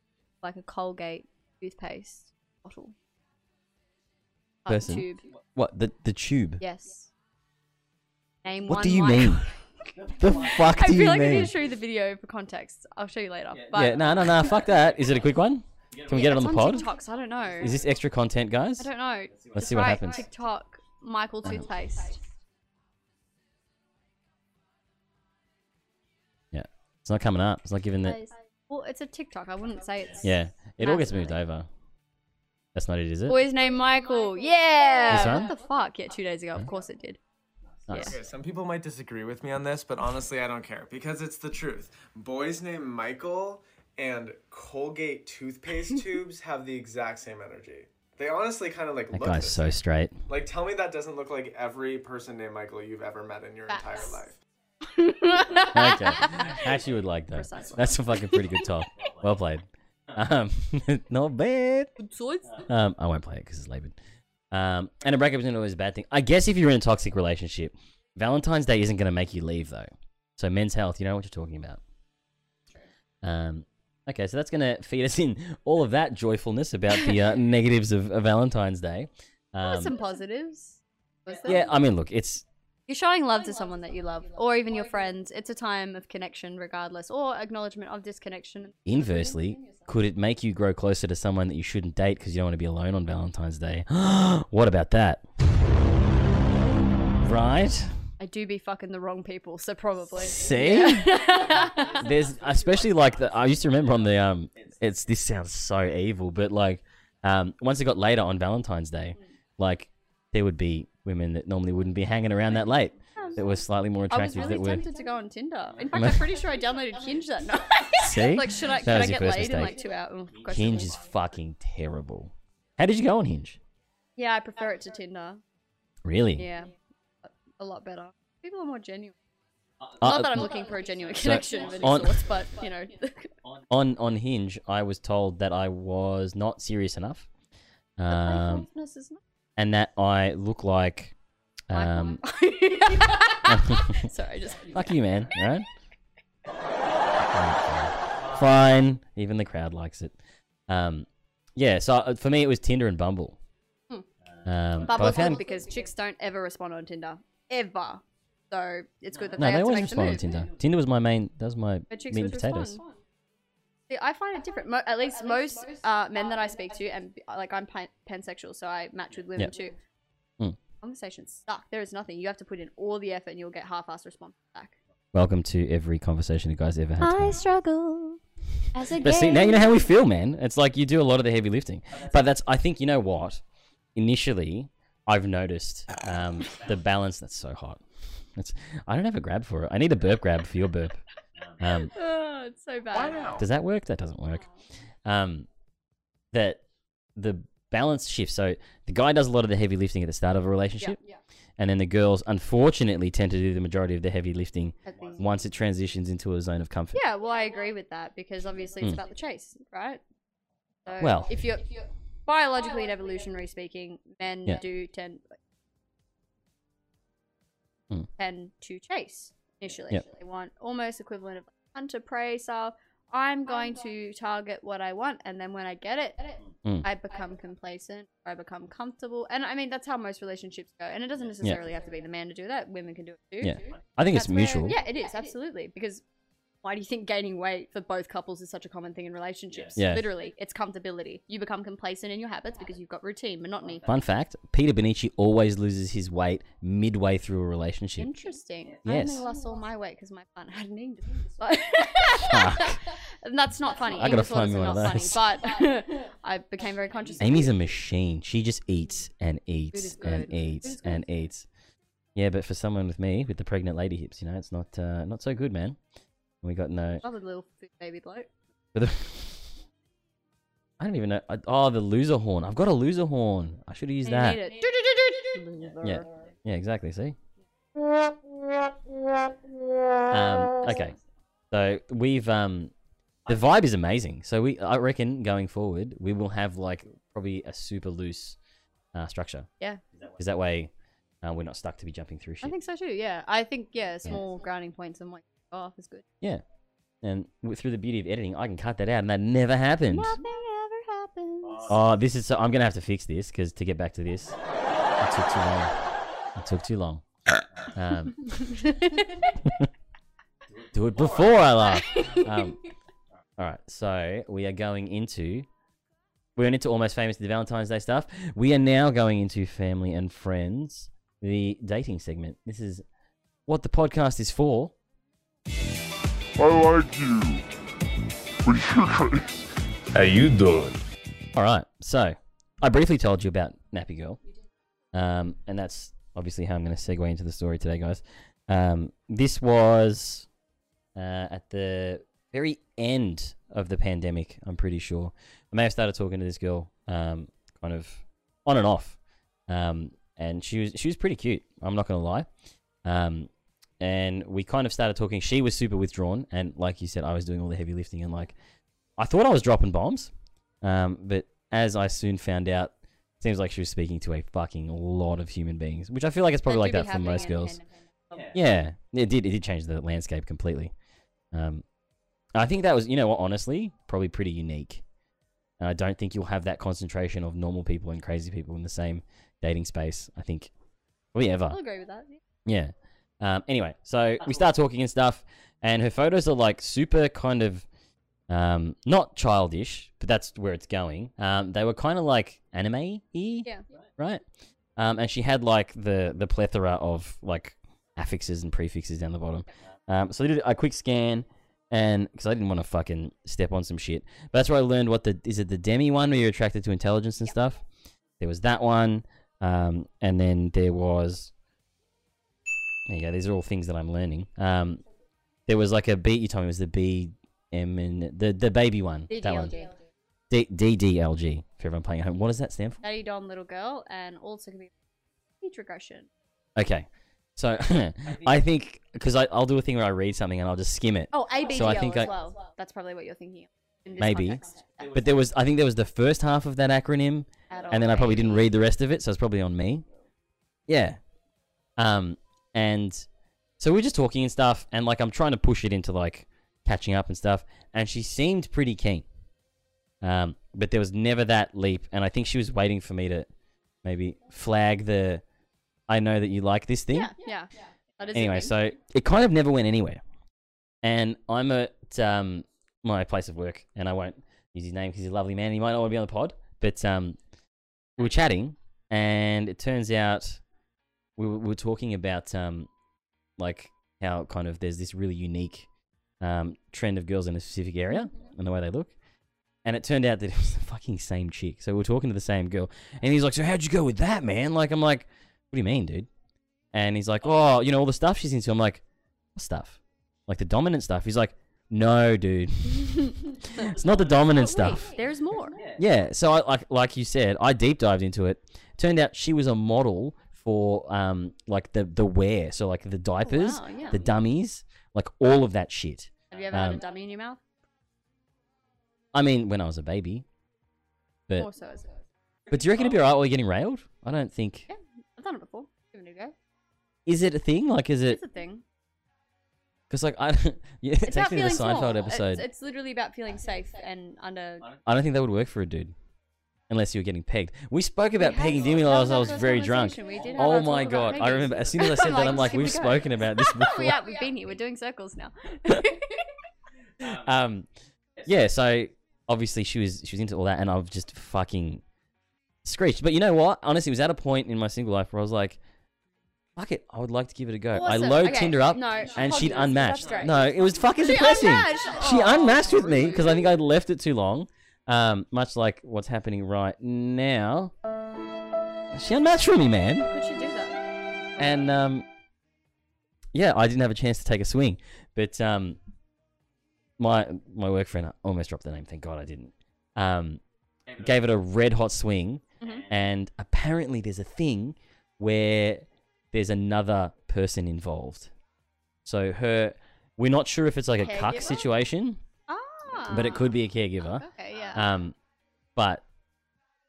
Speaker 7: like a Colgate toothpaste bottle. Uh,
Speaker 1: Person.
Speaker 7: Tube.
Speaker 1: What the the tube?
Speaker 7: Yes. Name
Speaker 1: What
Speaker 7: one
Speaker 1: do you
Speaker 7: Michael.
Speaker 1: mean? the fuck do
Speaker 7: I
Speaker 1: you
Speaker 7: feel like I
Speaker 1: mean?
Speaker 7: need to show you the video for context. I'll show you later. But
Speaker 1: Yeah, no, no, no. Fuck that. Is it a quick one? Can we get it on
Speaker 7: it's
Speaker 1: the pod?
Speaker 7: TikTok, so I don't know.
Speaker 1: Is this extra content, guys?
Speaker 7: I don't know.
Speaker 1: Let's
Speaker 7: Just
Speaker 1: see what
Speaker 7: write
Speaker 1: happens.
Speaker 7: TikTok, Michael toothpaste.
Speaker 1: Yeah, it's not coming up. It's not giving the.
Speaker 7: Well, it's a TikTok. I wouldn't say it's.
Speaker 1: Yeah, it all gets moved over. That's not it, is it?
Speaker 7: Boy's named Michael. Yeah.
Speaker 1: This one?
Speaker 7: What the fuck? Yeah, two days ago. Of course it did.
Speaker 1: Nice.
Speaker 8: Okay, some people might disagree with me on this, but honestly, I don't care because it's the truth. Boys named Michael and Colgate toothpaste tubes have the exact same energy. They honestly kind of like
Speaker 1: That
Speaker 8: look
Speaker 1: guy's
Speaker 8: the
Speaker 1: so
Speaker 8: same.
Speaker 1: straight.
Speaker 8: like tell me that doesn't look like every person named Michael you've ever met in your
Speaker 7: Facts.
Speaker 8: entire life.
Speaker 1: okay. I actually would like that. That's a fucking pretty good top. Well played. Um, not bad. Um, I won't play it because it's labored. Um, and a breakup isn't always a bad thing. I guess if you're in a toxic relationship, Valentine's Day isn't going to make you leave though. So men's health, you know what you're talking about. Um, okay, so that's going to feed us in all of that joyfulness about the uh, negatives of, of Valentine's Day.
Speaker 7: There were
Speaker 1: Um,
Speaker 7: some positives. Was there?
Speaker 1: yeah, I mean, look, it's
Speaker 7: You're showing love to someone that you love, or even your friends. It's a time of connection, regardless, or acknowledgement of disconnection.
Speaker 1: Inversely, could it make you grow closer to someone that you shouldn't date because you don't want to be alone on Valentine's Day? what about that? Right?
Speaker 7: I do be fucking the wrong people, so probably.
Speaker 1: See? There's especially like the I used to remember on the um it's this sounds so evil, but like um once it got later on Valentine's Day, like there would be women that normally wouldn't be hanging around that late that were slightly more
Speaker 7: I was
Speaker 1: attractive
Speaker 7: really
Speaker 1: that were
Speaker 7: tempted to go on Tinder. In fact, I'm pretty sure I downloaded Hinge that night.
Speaker 1: See?
Speaker 7: like, should I?
Speaker 1: That
Speaker 7: Can I
Speaker 1: was your
Speaker 7: get laid
Speaker 1: first mistake.
Speaker 7: in like two hours? Oh, gosh,
Speaker 1: Hinge is fucking terrible. How did you go on Hinge?
Speaker 7: Yeah, I prefer it to Tinder.
Speaker 1: Really?
Speaker 7: Yeah, a lot better. People are more genuine.
Speaker 1: Uh,
Speaker 7: Not that I'm looking for a genuine connection of any
Speaker 1: on-
Speaker 7: sorts, but you know,
Speaker 1: on on Hinge, I was told that I was not serious enough, um,
Speaker 7: Playfulness is not-
Speaker 1: and that I look like Um,
Speaker 7: Sorry, I just. had to do
Speaker 1: Fuck
Speaker 7: that.
Speaker 1: you, man. All right. Fine. Even the crowd likes it. Um, yeah. So uh, for me, it was Tinder and Bumble.
Speaker 7: Hmm.
Speaker 1: Um, but I
Speaker 7: Bubble's
Speaker 1: found
Speaker 7: good because chicks don't ever respond on Tinder. Ever. So it's good that
Speaker 1: no,
Speaker 7: they,
Speaker 1: they
Speaker 7: have to
Speaker 1: always
Speaker 7: make the
Speaker 1: respond on
Speaker 7: move.
Speaker 1: Tinder. Tinder was my main. That was my
Speaker 7: But chicks
Speaker 1: meat and
Speaker 7: would
Speaker 1: potatoes.
Speaker 7: respond. See, I find it different. Mo- at least most uh, men that I speak to, and uh, like I'm pan- pansexual, so I match with women
Speaker 1: Yeah.
Speaker 7: too.
Speaker 1: Mm.
Speaker 7: Conversations suck. There is nothing. You have to put in all the effort, and you'll get half-assed response back.
Speaker 1: Welcome to every conversation a guy's ever had.
Speaker 9: I struggle as a
Speaker 1: But see,
Speaker 9: gay.
Speaker 1: now you know how we feel, man. It's like you do a lot of the heavy lifting. But that's, I think, you know what? Initially, I've noticed um, the balance. That's so hot. That's, I don't have a grab for it. I need a burp grab for your burp. Um,
Speaker 7: Oh, it's so bad.
Speaker 1: does that work? That doesn't work. Um, that the balance shifts. So the guy does a lot of the heavy lifting at the start of a relationship, and then the girls, unfortunately, tend to do the majority of the heavy lifting
Speaker 7: At the-
Speaker 1: once it transitions into a zone of comfort.
Speaker 7: Yeah, well, I agree with that because obviously it's about the chase, right? So
Speaker 1: Hmm. Well-
Speaker 7: if you're, biologically and evolutionary speaking, men
Speaker 1: Yeah.
Speaker 7: do tend
Speaker 1: Mm.
Speaker 7: tend to chase initially.
Speaker 1: Yep.
Speaker 7: They want almost equivalent of hunter prey style. I'm going to target what I want, and then when I get it,
Speaker 1: Mm.
Speaker 7: I become complacent. I become comfortable, and I mean that's how most relationships go. And it doesn't necessarily have to be the man to do that. Women can do it too.
Speaker 1: Yeah. I think it's
Speaker 7: That's where-
Speaker 1: mutual.
Speaker 7: yeah, it is absolutely because why do you think gaining weight for both couples is such a common thing in relationships?
Speaker 1: Yeah.
Speaker 7: Literally, it's comfortability. You become complacent in your habits because you've got routine, monotony.
Speaker 1: Fun fact: Peter Benici always loses his weight midway through a relationship.
Speaker 7: Interesting. I
Speaker 1: Yes.
Speaker 7: only lost all my weight because my partner had an eating disorder. and that's not funny.
Speaker 1: I gotta
Speaker 7: Eating
Speaker 1: find
Speaker 7: disorders
Speaker 1: me
Speaker 7: are
Speaker 1: one of
Speaker 7: not
Speaker 1: those.
Speaker 7: funny, but I became very conscious. of
Speaker 1: Amy's
Speaker 7: it.
Speaker 1: a machine. She just eats and eats
Speaker 7: is
Speaker 1: and
Speaker 7: good. Food
Speaker 1: eats
Speaker 7: is good.
Speaker 1: and eats. Yeah, but for someone with me, with the pregnant lady hips, you know, it's not uh, not so good, man. We got no.
Speaker 7: Love a little food baby bloke.
Speaker 1: for the- I don't even know. I- Oh, the loser horn. I've got a loser horn. I should have used
Speaker 7: You
Speaker 1: that.
Speaker 7: need it. Do-do-do-do-do.
Speaker 1: Yeah. Yeah, exactly. See? Um, okay. So we've um the vibe is amazing. So we I reckon going forward we will have like probably a super loose uh, structure.
Speaker 7: Yeah.
Speaker 1: Because that way uh, we're not stuck to be jumping through
Speaker 7: I
Speaker 1: shit.
Speaker 7: think so too. Yeah, I think yeah, small grounding points and like off is good.
Speaker 1: yeah. And w- through the beauty of editing, I can cut that out, and that never happened.
Speaker 7: Nothing ever happens.
Speaker 1: Oh, this is so. I'm gonna have to fix this because to get back to this, it took too long. It took too long. Um, do it before I laugh. Um, all right, so we are going into. We went into almost famous the Valentine's Day stuff. We are now going into family and friends, the dating segment. This is what the podcast is for.
Speaker 5: How you doing?
Speaker 1: All right. So I briefly told you about Nappy Girl, um, and that's obviously how I'm going to segue into the story today, guys. Um, this was uh, at the very end of the pandemic. I'm pretty sure I may have started talking to this girl, um, kind of on and off, um, and she was she was pretty cute. I'm not going to lie. Um, and we kind of started talking. She was super withdrawn, and like you said, I was doing all the heavy lifting, and like I thought I was dropping bombs. Um, but as I soon found out, seems like she was speaking to a fucking lot of human beings, which I feel like it's probably like
Speaker 7: do be
Speaker 1: that for
Speaker 7: happening
Speaker 1: most
Speaker 7: in
Speaker 1: girls.
Speaker 7: pandemic.
Speaker 1: Yeah, it did. It did change the landscape completely. Um, I think that was, you know what, honestly, probably pretty unique. And I don't think you'll have that concentration of normal people and crazy people in the same dating space. I think, probably ever.
Speaker 7: I'll agree with that.
Speaker 1: Yeah. Um, anyway, so we start talking and stuff, and her photos are like super kind of um, not childish, but that's where it's going. Um, they were kind of like anime y,
Speaker 7: Yeah.
Speaker 1: right? Um, and she had like the, the plethora of like affixes and prefixes down the bottom. Um, so I did a quick scan, and because I didn't want to fucking step on some shit, but that's where I learned what the is it the demi one where you're attracted to intelligence and stuff. There was that one, um, and then there was there you go. These are all things that I'm learning. Um, there was like a B. You told me it was the B M and the the baby one. That one.
Speaker 7: DDLG.
Speaker 1: D D D L G. For everyone playing at home, what does that stand for?
Speaker 7: Daddy Dom Little Girl and also can be age regression.
Speaker 1: Okay, so I think because I'll do a thing where I read something and I'll just skim it.
Speaker 7: Oh, ABDL
Speaker 1: So I think
Speaker 7: as
Speaker 1: I-
Speaker 7: well. That's probably what you're thinking. of in this
Speaker 1: Maybe.
Speaker 7: context. Yeah.
Speaker 1: But there was I think there was the first half of that acronym,
Speaker 7: Adult
Speaker 1: and then I probably
Speaker 7: baby.
Speaker 1: didn't read the rest of it, so it's probably on me. Yeah. Um, and so we're just talking and stuff, and like I'm trying to push it into like catching up and stuff, and she seemed pretty keen. Um, but there was never that leap, and I think she was waiting for me to maybe flag the I know that you like this thing.
Speaker 7: Yeah, yeah. That is a
Speaker 1: anyway,
Speaker 7: thing.
Speaker 1: so it kind of never went anywhere. And I'm at um, my place of work, and I won't use his name because he's a lovely man. He might not want to be on the pod, but um, we were chatting, and it turns out we were, we were talking about um, like how kind of there's this really unique um, trend of girls in a specific area and the way they look. And it turned out that it was the fucking same chick. So we were talking to the same girl, and he's like, "So how'd you go with that, man?" Like I'm like, "What do you mean, dude?" And he's like, "Oh, you know all the stuff she's into." I'm like, "What stuff?" Like the dominant stuff. He's like, "No, dude, it's not the dominant stuff."
Speaker 7: There's more.
Speaker 1: Yeah, so I like like you said, I deep dived into it. Turned out she was a model for um like the the wear, so like the diapers,
Speaker 7: Oh, wow, yeah.
Speaker 1: the dummies, like all of that shit.
Speaker 7: Have you ever had a
Speaker 1: Um,
Speaker 7: dummy in your mouth?
Speaker 1: I mean, when I was a baby. But
Speaker 7: Or so is it?
Speaker 1: but do you reckon it'd be alright while you're getting railed? I don't think.
Speaker 7: Yeah, I've done it before. Give it a go.
Speaker 1: Is it a thing? Like, is it?
Speaker 7: It's a thing.
Speaker 1: Because like I, don't- yeah,
Speaker 7: It's
Speaker 1: it's
Speaker 7: about
Speaker 1: actually the
Speaker 7: feeling small.
Speaker 1: Seinfeld
Speaker 7: It's-
Speaker 1: episode.
Speaker 7: It's, literally about feeling safe and under.
Speaker 1: I don't think that would work for a dude, unless you were getting pegged. We spoke
Speaker 7: We
Speaker 1: about
Speaker 7: had-
Speaker 1: pegging, didn't we?
Speaker 7: that
Speaker 1: I was,
Speaker 7: was
Speaker 1: I
Speaker 7: our
Speaker 1: was
Speaker 7: first
Speaker 1: very drunk.
Speaker 7: conversation. We did have our
Speaker 1: Oh
Speaker 7: talk
Speaker 1: my
Speaker 7: about
Speaker 1: god! I
Speaker 7: pegging.
Speaker 1: remember. As soon as I said that, I'm like,
Speaker 7: here we
Speaker 1: we've
Speaker 7: go."
Speaker 1: spoken about this before.
Speaker 7: Oh yeah, we've been here. We're doing circles now.
Speaker 1: um yeah so obviously she was she was into all that and i've just fucking screeched but you know what honestly it was at a point in my single life where i was like fuck it i would like to give it a go i
Speaker 7: Awesome.
Speaker 1: load
Speaker 7: Okay,
Speaker 1: tinder up
Speaker 7: no,
Speaker 1: and she'd
Speaker 7: positive. That's
Speaker 1: unmatched
Speaker 7: great.
Speaker 1: no it was fucking
Speaker 7: She
Speaker 1: depressing
Speaker 7: unmatched? Oh.
Speaker 1: she
Speaker 7: Aw.
Speaker 1: unmatched with me because i think i'd left it too long um much like what's happening right now she unmatched with me man
Speaker 7: Could she do that?
Speaker 1: and um, yeah, I didn't have a chance to take a swing, but um, my my work friend I almost dropped the name. Thank God I didn't. Um, gave it a red hot swing,
Speaker 7: Mm-hmm.
Speaker 1: and apparently there's a thing where there's another person involved. So her, we're not sure if it's like a
Speaker 7: Caregiver?
Speaker 1: cuck situation,
Speaker 7: Ah.
Speaker 1: but it could be a caregiver.
Speaker 7: Okay, yeah.
Speaker 1: Um, but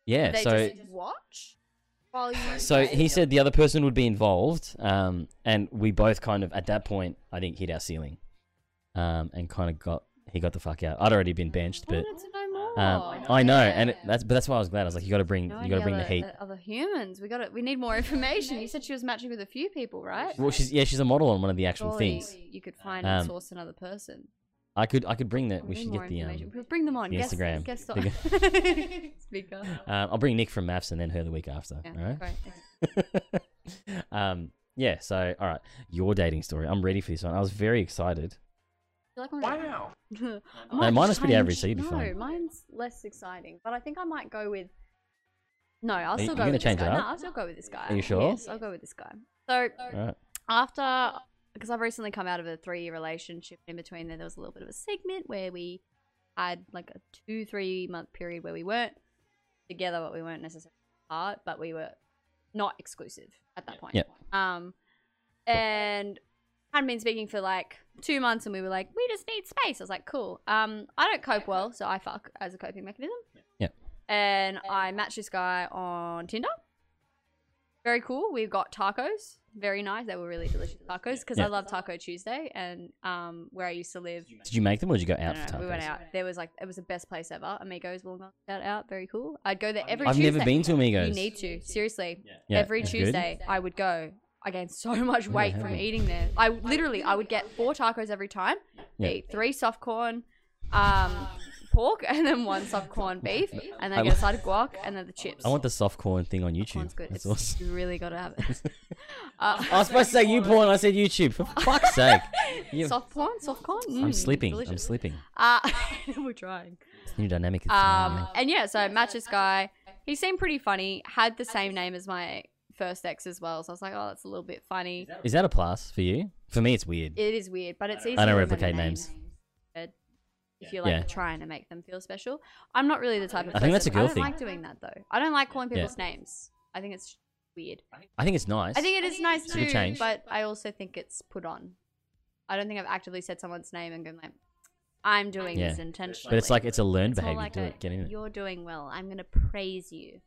Speaker 1: yeah,
Speaker 7: they
Speaker 1: so
Speaker 7: just watch while you.
Speaker 1: so he said the other person would be involved, um, and we both kind of at that point I think hit our ceiling, um, and kind of got he got the fuck out. I'd already been benched,
Speaker 7: I
Speaker 1: but
Speaker 7: wanted to know more.
Speaker 1: um, I know, and it, that's but that's why I was glad. I was like, you got to bring
Speaker 7: Oh, No
Speaker 1: you got to
Speaker 7: idea
Speaker 1: bring the
Speaker 7: other-
Speaker 1: heat.
Speaker 7: uh, Other humans, we got to We need more information. You said she was matching with a few people, right?
Speaker 1: Well, she's yeah, she's a model on one of the actual
Speaker 7: Surely
Speaker 1: things.
Speaker 7: You could find and
Speaker 1: Um,
Speaker 7: source another person.
Speaker 1: I could I could bring that.
Speaker 7: We
Speaker 1: We
Speaker 7: need
Speaker 1: should
Speaker 7: more
Speaker 1: get the um,
Speaker 7: information. We'll bring them on.
Speaker 1: the
Speaker 7: Guest-
Speaker 1: Instagram.
Speaker 7: guest
Speaker 1: The
Speaker 7: on. Speaker.
Speaker 1: um, I'll bring Nick from Maths and then her the week after.
Speaker 7: Yeah,
Speaker 1: all right.
Speaker 7: great.
Speaker 1: um, yeah. So all right, your dating story. I'm ready for this one. I was very excited.
Speaker 7: Do you like wow.
Speaker 1: No, mine is pretty average, so you'd be
Speaker 7: no,
Speaker 1: fine.
Speaker 7: mine's less exciting, but I think I might go with. No, I'll
Speaker 1: you-
Speaker 7: still
Speaker 1: you
Speaker 7: go
Speaker 1: gonna
Speaker 7: with this
Speaker 1: change it
Speaker 7: guy.
Speaker 1: up?
Speaker 7: No, I'll still go with this guy.
Speaker 1: Are you sure?
Speaker 7: Yes, I'll go with this guy. So
Speaker 1: All right.
Speaker 7: after, because I've recently come out of a three-year relationship. In between there, there was a little bit of a segment where we had like a two, three-month period where we weren't together, but we weren't necessarily apart, but we were not exclusive at that point.
Speaker 1: Yep.
Speaker 7: Um, and hadn't been speaking for like two months, and we were like, we just need space. I was like, cool. Um, I don't cope well, so I fuck as a coping mechanism.
Speaker 1: Yep.
Speaker 7: And I matched this guy on Tinder. Very cool. We got tacos. Very nice. They were really delicious tacos because I
Speaker 1: Yeah.
Speaker 7: love Taco Tuesday, and um, where I used to live,
Speaker 1: Did you make them or did you go out
Speaker 7: no,
Speaker 1: for
Speaker 7: no,
Speaker 1: tacos?
Speaker 7: We went out. There was like it was the best place ever. Amigos will not shout out. Very cool. I'd go there every
Speaker 1: I've
Speaker 7: Tuesday.
Speaker 1: never been to Amigos.
Speaker 7: You need to seriously.
Speaker 1: Yeah,
Speaker 7: every
Speaker 1: it's good.
Speaker 7: Tuesday I would go. I gained so much weight from
Speaker 1: haven't.
Speaker 7: eating there. I literally I would get four tacos every time.
Speaker 1: Yeah.
Speaker 7: Eat three soft corn, um, pork, and then one soft corn beef, and then
Speaker 1: I
Speaker 7: get a
Speaker 1: lo-
Speaker 7: side of guac, and then the chips.
Speaker 1: I want the soft corn thing on YouTube.
Speaker 7: Corn's good.
Speaker 1: That's
Speaker 7: It's
Speaker 1: awesome. Oh,
Speaker 7: You really gotta have it. Uh,
Speaker 1: I was supposed to say you porn. I said YouTube. For fuck's sake. You-
Speaker 7: soft corn, soft corn.
Speaker 1: I'm
Speaker 7: Mm,
Speaker 1: sleeping. I'm
Speaker 7: delicious.
Speaker 1: sleeping.
Speaker 7: Uh, we're trying.
Speaker 1: It's new dynamic. It's
Speaker 7: Um,
Speaker 1: um,
Speaker 7: and yeah, so I matched this guy. He seemed pretty funny. Had the same name as my first ex as well. So I was like, oh, that's a little bit funny.
Speaker 1: is that a plus for you? For me, it's weird.
Speaker 7: It is weird, but it's easy.
Speaker 1: I don't
Speaker 7: to
Speaker 1: replicate
Speaker 7: remember
Speaker 1: names.
Speaker 7: But If you're like
Speaker 1: Yeah.
Speaker 7: trying to make them feel special, I'm not really the type of.
Speaker 1: I think that's a
Speaker 7: person-
Speaker 1: girl
Speaker 7: I
Speaker 1: thing.
Speaker 7: don't like doing that though. I don't like calling
Speaker 1: Yeah.
Speaker 7: people's names. I think it's weird.
Speaker 1: I think it's nice.
Speaker 7: I think it is nice
Speaker 1: a good
Speaker 7: too,
Speaker 1: change.
Speaker 7: but I also think it's put on. I don't think I've actively said someone's name and been like, "I'm doing
Speaker 1: Yeah.
Speaker 7: this intentionally."
Speaker 1: but it's like it's a learned
Speaker 7: It's more
Speaker 1: behavior.
Speaker 7: like
Speaker 1: Do
Speaker 7: a,
Speaker 1: it. Get in it.
Speaker 7: You're doing well. I'm gonna praise you.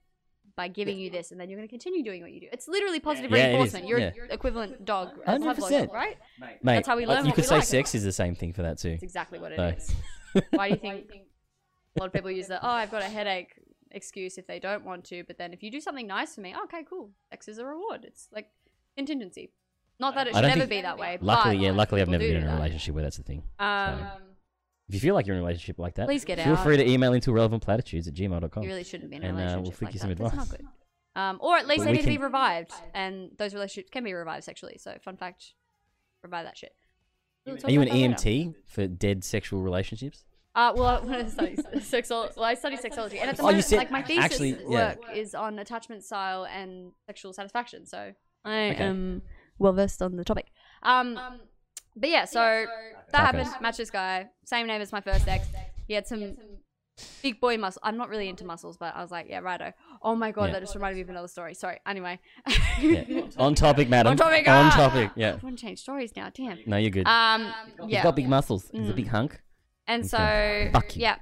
Speaker 7: by giving you this, and then you're going to continue doing what you do. It's literally positive
Speaker 1: Yeah, it is.
Speaker 7: reinforcement. You're
Speaker 1: Yeah.
Speaker 7: your equivalent dog, as
Speaker 1: 100%.
Speaker 7: Pavlov, right?
Speaker 1: Mate,
Speaker 7: That's how we
Speaker 1: like,
Speaker 7: learn
Speaker 1: You
Speaker 7: what
Speaker 1: could
Speaker 7: we
Speaker 1: say
Speaker 7: like.
Speaker 1: sex is the same thing for that too.
Speaker 7: That's exactly what it
Speaker 1: No.
Speaker 7: is. Why do you think a lot of people use the "oh, I've got a headache" excuse if they don't want to? But then if you do something nice for me, "Oh, okay, cool. Sex is a reward. It's like contingency. Not that
Speaker 1: I
Speaker 7: it should
Speaker 1: don't
Speaker 7: ever
Speaker 1: think-
Speaker 7: be that way.
Speaker 1: Luckily,
Speaker 7: but
Speaker 1: yeah, luckily I've
Speaker 7: people
Speaker 1: never
Speaker 7: do
Speaker 1: been in
Speaker 7: do
Speaker 1: a
Speaker 7: that.
Speaker 1: relationship where that's a thing.
Speaker 7: Um,
Speaker 1: If you feel like you're in a relationship like that,
Speaker 7: Please get
Speaker 1: feel
Speaker 7: out.
Speaker 1: free to email into irrelevantplatitudes at gmail.com.
Speaker 7: you really shouldn't be in a
Speaker 1: And, uh, we'll
Speaker 7: relationship
Speaker 1: flick
Speaker 7: like
Speaker 1: you some
Speaker 7: that. That's not
Speaker 1: advice.
Speaker 7: good. Um, or at least they
Speaker 1: We
Speaker 7: need to be
Speaker 1: can-
Speaker 7: revived, and those relationships can be revived sexually. So, fun fact: revive that shit. We'll talk
Speaker 1: Are you an E
Speaker 7: about that later.
Speaker 1: EMT for dead sexual relationships?
Speaker 7: Uh, well, I want to study sexol- Well, I study sexology, and at the
Speaker 1: Oh, you
Speaker 7: moment,
Speaker 1: said-
Speaker 7: like my thesis
Speaker 1: actually, yeah.
Speaker 7: work is on attachment style and sexual satisfaction. So I
Speaker 1: Okay.
Speaker 7: am well versed on the topic. Um, but yeah, so that
Speaker 1: Tacos.
Speaker 7: happened. Match this guy, same name as my first ex. He had some big boy muscle. I'm not really into muscles, but I was like, yeah, righto. Oh my god,
Speaker 1: Yeah.
Speaker 7: that just reminded me of another story. Sorry. Anyway,
Speaker 1: Yeah. On topic, madam.
Speaker 7: on topic.
Speaker 1: On
Speaker 7: ah!
Speaker 1: topic. Yeah.
Speaker 7: I want to change stories now. Damn.
Speaker 1: No, you're good.
Speaker 7: Um,
Speaker 1: He's
Speaker 7: yeah, Mm.
Speaker 1: got big muscles. He's a big hunk.
Speaker 7: and so
Speaker 1: Fuck you.
Speaker 7: yeah,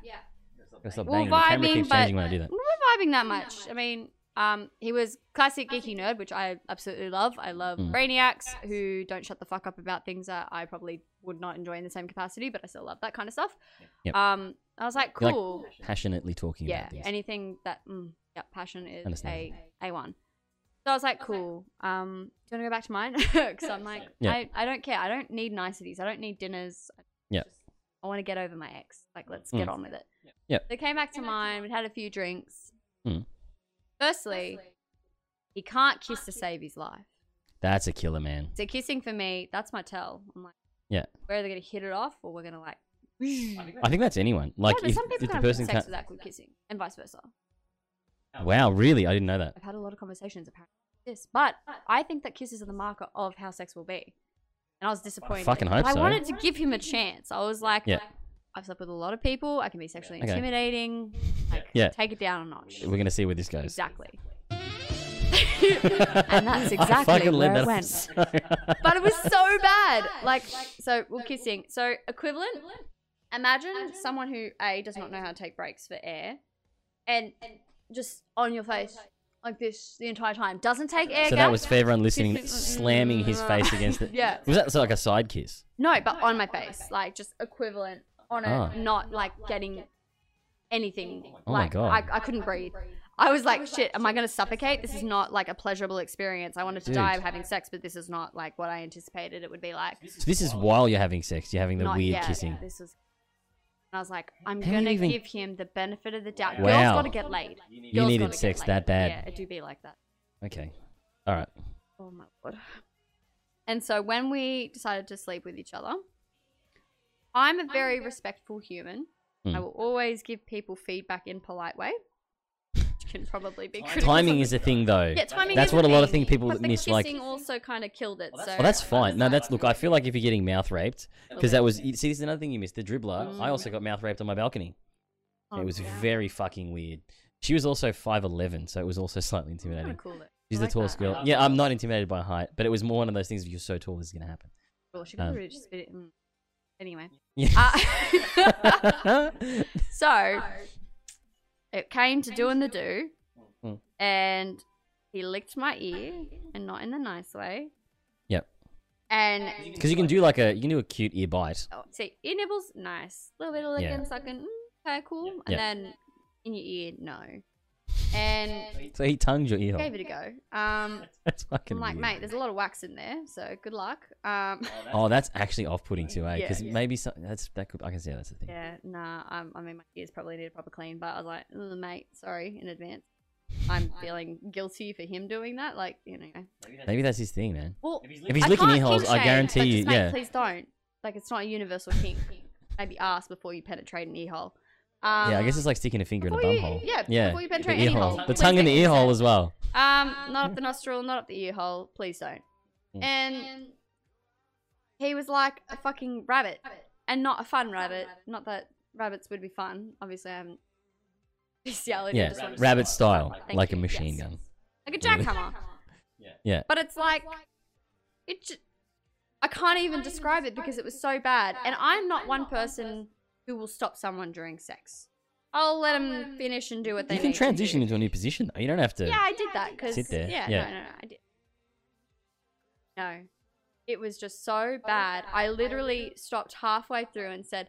Speaker 1: Gotta stop
Speaker 7: Well,
Speaker 1: banging. The camera
Speaker 7: vibing,
Speaker 1: keeps
Speaker 7: but-
Speaker 1: changing when I do that.
Speaker 7: I'm not vibing that much. I mean, um, he was classic geeky nerd, which I absolutely love. I love
Speaker 1: Mm.
Speaker 7: brainiacs who don't shut the fuck up about things that I probably would not enjoy in the same capacity, but I still love that kind of stuff.
Speaker 1: Yep.
Speaker 7: Um, I was like,
Speaker 1: You like
Speaker 7: cool.
Speaker 1: Passionately talking
Speaker 7: yeah,
Speaker 1: about things.
Speaker 7: anything that, mm, yeah, passion is a
Speaker 1: Understand.
Speaker 7: a one. So I was like, cool. Um, do you want to go back to mine? Because I'm like,
Speaker 1: Yeah.
Speaker 7: I, I don't care. I don't need niceties. I don't need dinners.
Speaker 1: Yeah. Mm.
Speaker 7: I want to get over my ex. Like, let's get on with it.
Speaker 1: Yeah.
Speaker 7: They came back to mine. We'd had a few drinks.
Speaker 1: Mm.
Speaker 7: Firstly, he can't kiss to save his life.
Speaker 1: That's a killer, man.
Speaker 7: So kissing for me, that's my tell. I'm like,
Speaker 1: Yeah.
Speaker 7: we're either gonna hit it off or we're gonna like.
Speaker 1: I think that's anyone. Like,
Speaker 7: yeah, but
Speaker 1: if,
Speaker 7: some people
Speaker 1: if the
Speaker 7: can't have
Speaker 1: person
Speaker 7: sex
Speaker 1: can't.
Speaker 7: without good kissing, and vice versa.
Speaker 1: Wow, really? I didn't know that.
Speaker 7: I've had a lot of conversations apparently about this, but I think that kisses are the marker of how sex will be. And I was disappointed.
Speaker 1: fucking hope
Speaker 7: I
Speaker 1: so.
Speaker 7: wanted to give him a chance. I was like,
Speaker 1: Yeah.
Speaker 7: I've slept with a lot of people. I can be sexually
Speaker 1: Okay.
Speaker 7: intimidating. Like,
Speaker 1: Yeah.
Speaker 7: Take it down a notch.
Speaker 1: We're gonna see where this goes.
Speaker 7: Exactly. and that's
Speaker 1: I
Speaker 7: exactly
Speaker 1: fucking
Speaker 7: where
Speaker 1: led
Speaker 7: it
Speaker 1: that.
Speaker 7: went. But it was so bad. Like, so well, kissing. So equivalent. Imagine someone who a does not know how to take breaks for air, and just on your face like this the entire time. Doesn't take air.
Speaker 1: so
Speaker 7: gap.
Speaker 1: that was for everyone listening, slamming his face against it.
Speaker 7: Yeah.
Speaker 1: Was that so like a side kiss?
Speaker 7: No, but on my face, like just equivalent on
Speaker 1: Ah.
Speaker 7: it, not like getting anything.
Speaker 1: Oh my
Speaker 7: like
Speaker 1: God.
Speaker 7: I, I couldn't breathe. I was like, shit, am I going to suffocate? This is not like a pleasurable experience. I wanted to
Speaker 1: Dude.
Speaker 7: die of having sex, but this is not like what I anticipated it would be like.
Speaker 1: So this is while you're having sex. You're having the
Speaker 7: not
Speaker 1: weird
Speaker 7: yet.
Speaker 1: kissing.
Speaker 7: This was. And I was like, I'm
Speaker 1: How do you
Speaker 7: gonna
Speaker 1: even-
Speaker 7: give him the benefit of the doubt.
Speaker 1: Wow.
Speaker 7: Girls gotta get laid.
Speaker 1: You needed sex that bad.
Speaker 7: Yeah, it do be like that.
Speaker 1: Okay. All right.
Speaker 7: Oh my god. And so when we decided to sleep with each other, I'm a very respectful human. I
Speaker 1: Hmm.
Speaker 7: will always give people feedback in polite way, which can probably be critical.
Speaker 1: Timing is a thing, though.
Speaker 7: Yeah, timing.
Speaker 1: That's
Speaker 7: is
Speaker 1: what a lot of
Speaker 7: thing,
Speaker 1: thing people
Speaker 7: but the
Speaker 1: miss.
Speaker 7: Kissing
Speaker 1: Like,
Speaker 7: also kind of killed it. so
Speaker 1: well, that's fine. No, that's look. I feel like if you're getting mouth raped, because that was see, this is another thing you missed. The dribbler.
Speaker 7: Mm.
Speaker 1: I also got mouth raped on my balcony.
Speaker 7: Oh,
Speaker 1: it was very fucking weird. She was also five eleven, so it was also slightly
Speaker 7: Oh, kind
Speaker 1: intimidating.
Speaker 7: of cool. It.
Speaker 1: She's
Speaker 7: I
Speaker 1: the
Speaker 7: like
Speaker 1: tallest
Speaker 7: that.
Speaker 1: girl. Yeah, I'm not intimidated by height, but it was more one of those things. If you're so tall, this is gonna happen.
Speaker 7: Well, she could
Speaker 1: Um,
Speaker 7: really just spit it. mm. Anyway, Uh,
Speaker 1: Yeah.
Speaker 7: so it came to doing the do,
Speaker 1: Mm.
Speaker 7: and he licked my ear, and not in the nice way.
Speaker 1: yep.
Speaker 7: And
Speaker 1: Because you can do like a you can do a cute ear bite.
Speaker 7: oh, see, ear nibbles, nice. little bit of
Speaker 1: Yeah.
Speaker 7: licking, sucking, mm, okay, cool. And
Speaker 1: Yeah.
Speaker 7: then in your ear, no. And
Speaker 1: So he tongued your ear. hole.
Speaker 7: gave it a go. Um,
Speaker 1: That's fucking
Speaker 7: I'm like,
Speaker 1: weird.
Speaker 7: mate, there's a lot of wax in there, so good luck. Um,
Speaker 1: Oh, that's actually off-putting too, eh?
Speaker 7: Yeah,
Speaker 1: Because
Speaker 7: yeah.
Speaker 1: maybe some, that's that could I can see how that's the thing.
Speaker 7: yeah, nah. Um, I mean, my ears probably need a proper clean, but I was like, "Ugh, mate, sorry in advance. I'm feeling guilty for him doing that. Like, you know.
Speaker 1: Maybe that's his thing, man.
Speaker 7: Well,
Speaker 1: If he's
Speaker 7: I
Speaker 1: licking
Speaker 7: can't
Speaker 1: ear holes,
Speaker 7: kink
Speaker 1: I
Speaker 7: shame,
Speaker 1: guarantee
Speaker 7: but
Speaker 1: you.
Speaker 7: just, mate,
Speaker 1: Yeah.
Speaker 7: Please don't. Like, it's not a universal kink. Maybe ask before you penetrate an ear hole. Um,
Speaker 1: yeah, I guess it's like sticking a finger in a
Speaker 7: before
Speaker 1: bum
Speaker 7: you-
Speaker 1: hole.
Speaker 7: yeah, before you penetrate
Speaker 1: the ear
Speaker 7: any
Speaker 1: hole.
Speaker 7: hole,
Speaker 1: The
Speaker 7: please
Speaker 1: tongue in the
Speaker 7: get
Speaker 1: ear hole
Speaker 7: consent.
Speaker 1: as well.
Speaker 7: Um, not up the nostril, not up the ear hole. Please don't.
Speaker 1: Mm.
Speaker 7: And he was like a fucking rabbit, and not a fun rabbit. Not that rabbits would be fun. Obviously, I haven't bestiality. I
Speaker 1: Yeah,
Speaker 7: just wanted to-
Speaker 1: rabbit style,
Speaker 7: Thank
Speaker 1: like a
Speaker 7: you,
Speaker 1: machine
Speaker 7: yes.
Speaker 1: gun.
Speaker 7: like a jackhammer.
Speaker 1: Yeah.
Speaker 7: But it's like it. Ju- I can't even describe it because it was so bad, and I'm not one person who will stop someone during sex. I'll let them finish and do what they
Speaker 1: You can
Speaker 7: need to
Speaker 1: transition
Speaker 7: do.
Speaker 1: into a new position. though. You don't have to.
Speaker 7: Yeah, I did that because
Speaker 1: Sit there.
Speaker 7: Yeah,
Speaker 1: Yeah.
Speaker 7: no, no, no, I did. No, it was just so bad. I literally stopped halfway through and said,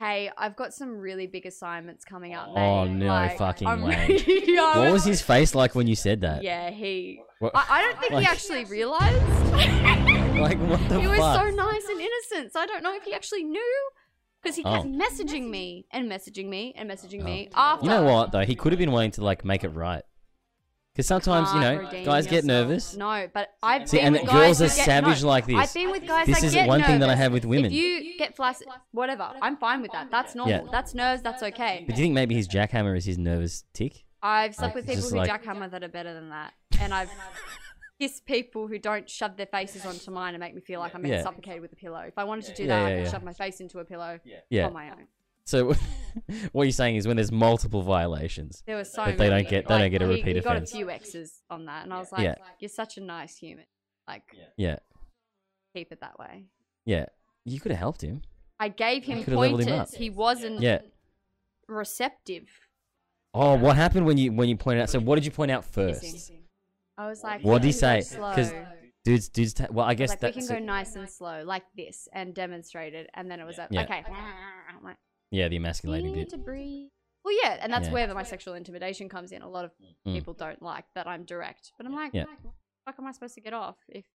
Speaker 7: "Hey, I've got some really big assignments coming up." Mate.
Speaker 1: Oh, no fucking way.
Speaker 7: Yeah,
Speaker 1: What was his face like when you said that?
Speaker 7: Yeah, he.
Speaker 1: What-
Speaker 7: I, I don't think
Speaker 1: Like-
Speaker 7: he actually realized.
Speaker 1: Like what the
Speaker 7: he was
Speaker 1: fuck?
Speaker 7: so nice and innocent. So I don't know if he actually knew because he
Speaker 1: Oh.
Speaker 7: kept messaging me and messaging me and messaging me after.
Speaker 1: You know what though? He could have been wanting to like make it right. Because sometimes you
Speaker 7: can't
Speaker 1: know
Speaker 7: redeem
Speaker 1: guys get
Speaker 7: yourself.
Speaker 1: nervous.
Speaker 7: No, but I've
Speaker 1: See,
Speaker 7: been
Speaker 1: and
Speaker 7: with
Speaker 1: that
Speaker 7: guys
Speaker 1: girls are
Speaker 7: that get-
Speaker 1: savage
Speaker 7: no,
Speaker 1: like this.
Speaker 7: I've been with guys
Speaker 1: This
Speaker 7: that
Speaker 1: is
Speaker 7: get
Speaker 1: one thing that I
Speaker 7: nervous.
Speaker 1: have with women.
Speaker 7: If you get flaccid, whatever, I'm fine with that. That's normal.
Speaker 1: Yeah.
Speaker 7: That's nerves. That's okay.
Speaker 1: But do you think maybe his jackhammer is his nervous tick?
Speaker 7: I've
Speaker 1: Like,
Speaker 7: slept with
Speaker 1: it's
Speaker 7: people
Speaker 1: just
Speaker 7: who
Speaker 1: like-
Speaker 7: jackhammer that are better than that, and I've kissed people who don't shove their faces onto mine and make me feel like I'm being
Speaker 1: Yeah.
Speaker 7: suffocated with a pillow. If I wanted to do
Speaker 1: Yeah,
Speaker 7: that,
Speaker 1: yeah,
Speaker 7: I could
Speaker 1: yeah.
Speaker 7: shove my face into a pillow
Speaker 1: Yeah.
Speaker 7: on Oh my own.
Speaker 1: So what you're saying is when there's multiple violations.
Speaker 7: There was so
Speaker 1: But they don't
Speaker 7: many.
Speaker 1: get- they don't get a
Speaker 7: he-
Speaker 1: repeat
Speaker 7: he got a
Speaker 1: offense.
Speaker 7: few X's on that, and I was like,
Speaker 1: Yeah.
Speaker 7: "You're such a nice human. Like,
Speaker 1: Yeah.
Speaker 7: keep it that way."
Speaker 1: Yeah. You could have helped him.
Speaker 7: I gave him
Speaker 1: could've leveled him
Speaker 7: pointers.
Speaker 1: up.
Speaker 7: He wasn't
Speaker 1: Yeah.
Speaker 7: receptive.
Speaker 1: Oh, what happened when you when you pointed out? So what did you point out first?
Speaker 7: Kissing. I was like,
Speaker 1: What did he
Speaker 7: "We can
Speaker 1: say?
Speaker 7: go slow."
Speaker 1: Because dudes, dudes. Ta- well, I guess
Speaker 7: like we
Speaker 1: that's
Speaker 7: can go nice and slow, like this, and demonstrate it. And then it was like,
Speaker 1: Yeah.
Speaker 7: okay, I'm like,
Speaker 1: yeah, the
Speaker 9: You
Speaker 1: emasculating
Speaker 9: need
Speaker 1: bit.
Speaker 9: to breathe.
Speaker 7: well, yeah, and that's
Speaker 1: Yeah.
Speaker 7: where my sexual intimidation comes in. A lot of
Speaker 1: Mm.
Speaker 7: people don't like that I'm direct, but I'm like,
Speaker 1: Yeah.
Speaker 7: "Mike, what the fuck am I supposed to get off if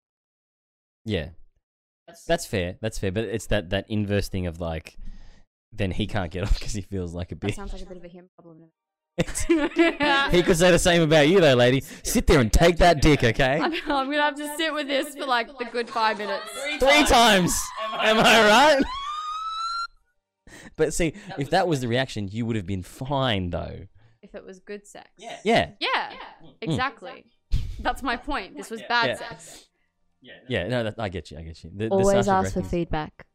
Speaker 1: Yeah, that's fair. That's fair. But it's that that inverse thing of like, then he can't get off because he feels like a
Speaker 7: that
Speaker 1: bitch.
Speaker 7: sounds like a bit of a him problem?
Speaker 1: he could say the same about you though, lady. Sit there and take that dick, okay?
Speaker 7: I'm, I'm gonna have to sit with this for like the good five minutes.
Speaker 1: Three times. Am I right? But see, if that was the reaction, you would have been fine though.
Speaker 7: If it was good sex,
Speaker 1: Yeah,
Speaker 7: Yeah, exactly. That's my point. This was bad
Speaker 1: Mm. Yeah.
Speaker 7: sex.
Speaker 1: yeah. No, that, I get you. I get you. The, the
Speaker 9: Always
Speaker 1: Sasha
Speaker 9: ask
Speaker 1: Grey
Speaker 9: for
Speaker 1: thing-
Speaker 9: feedback.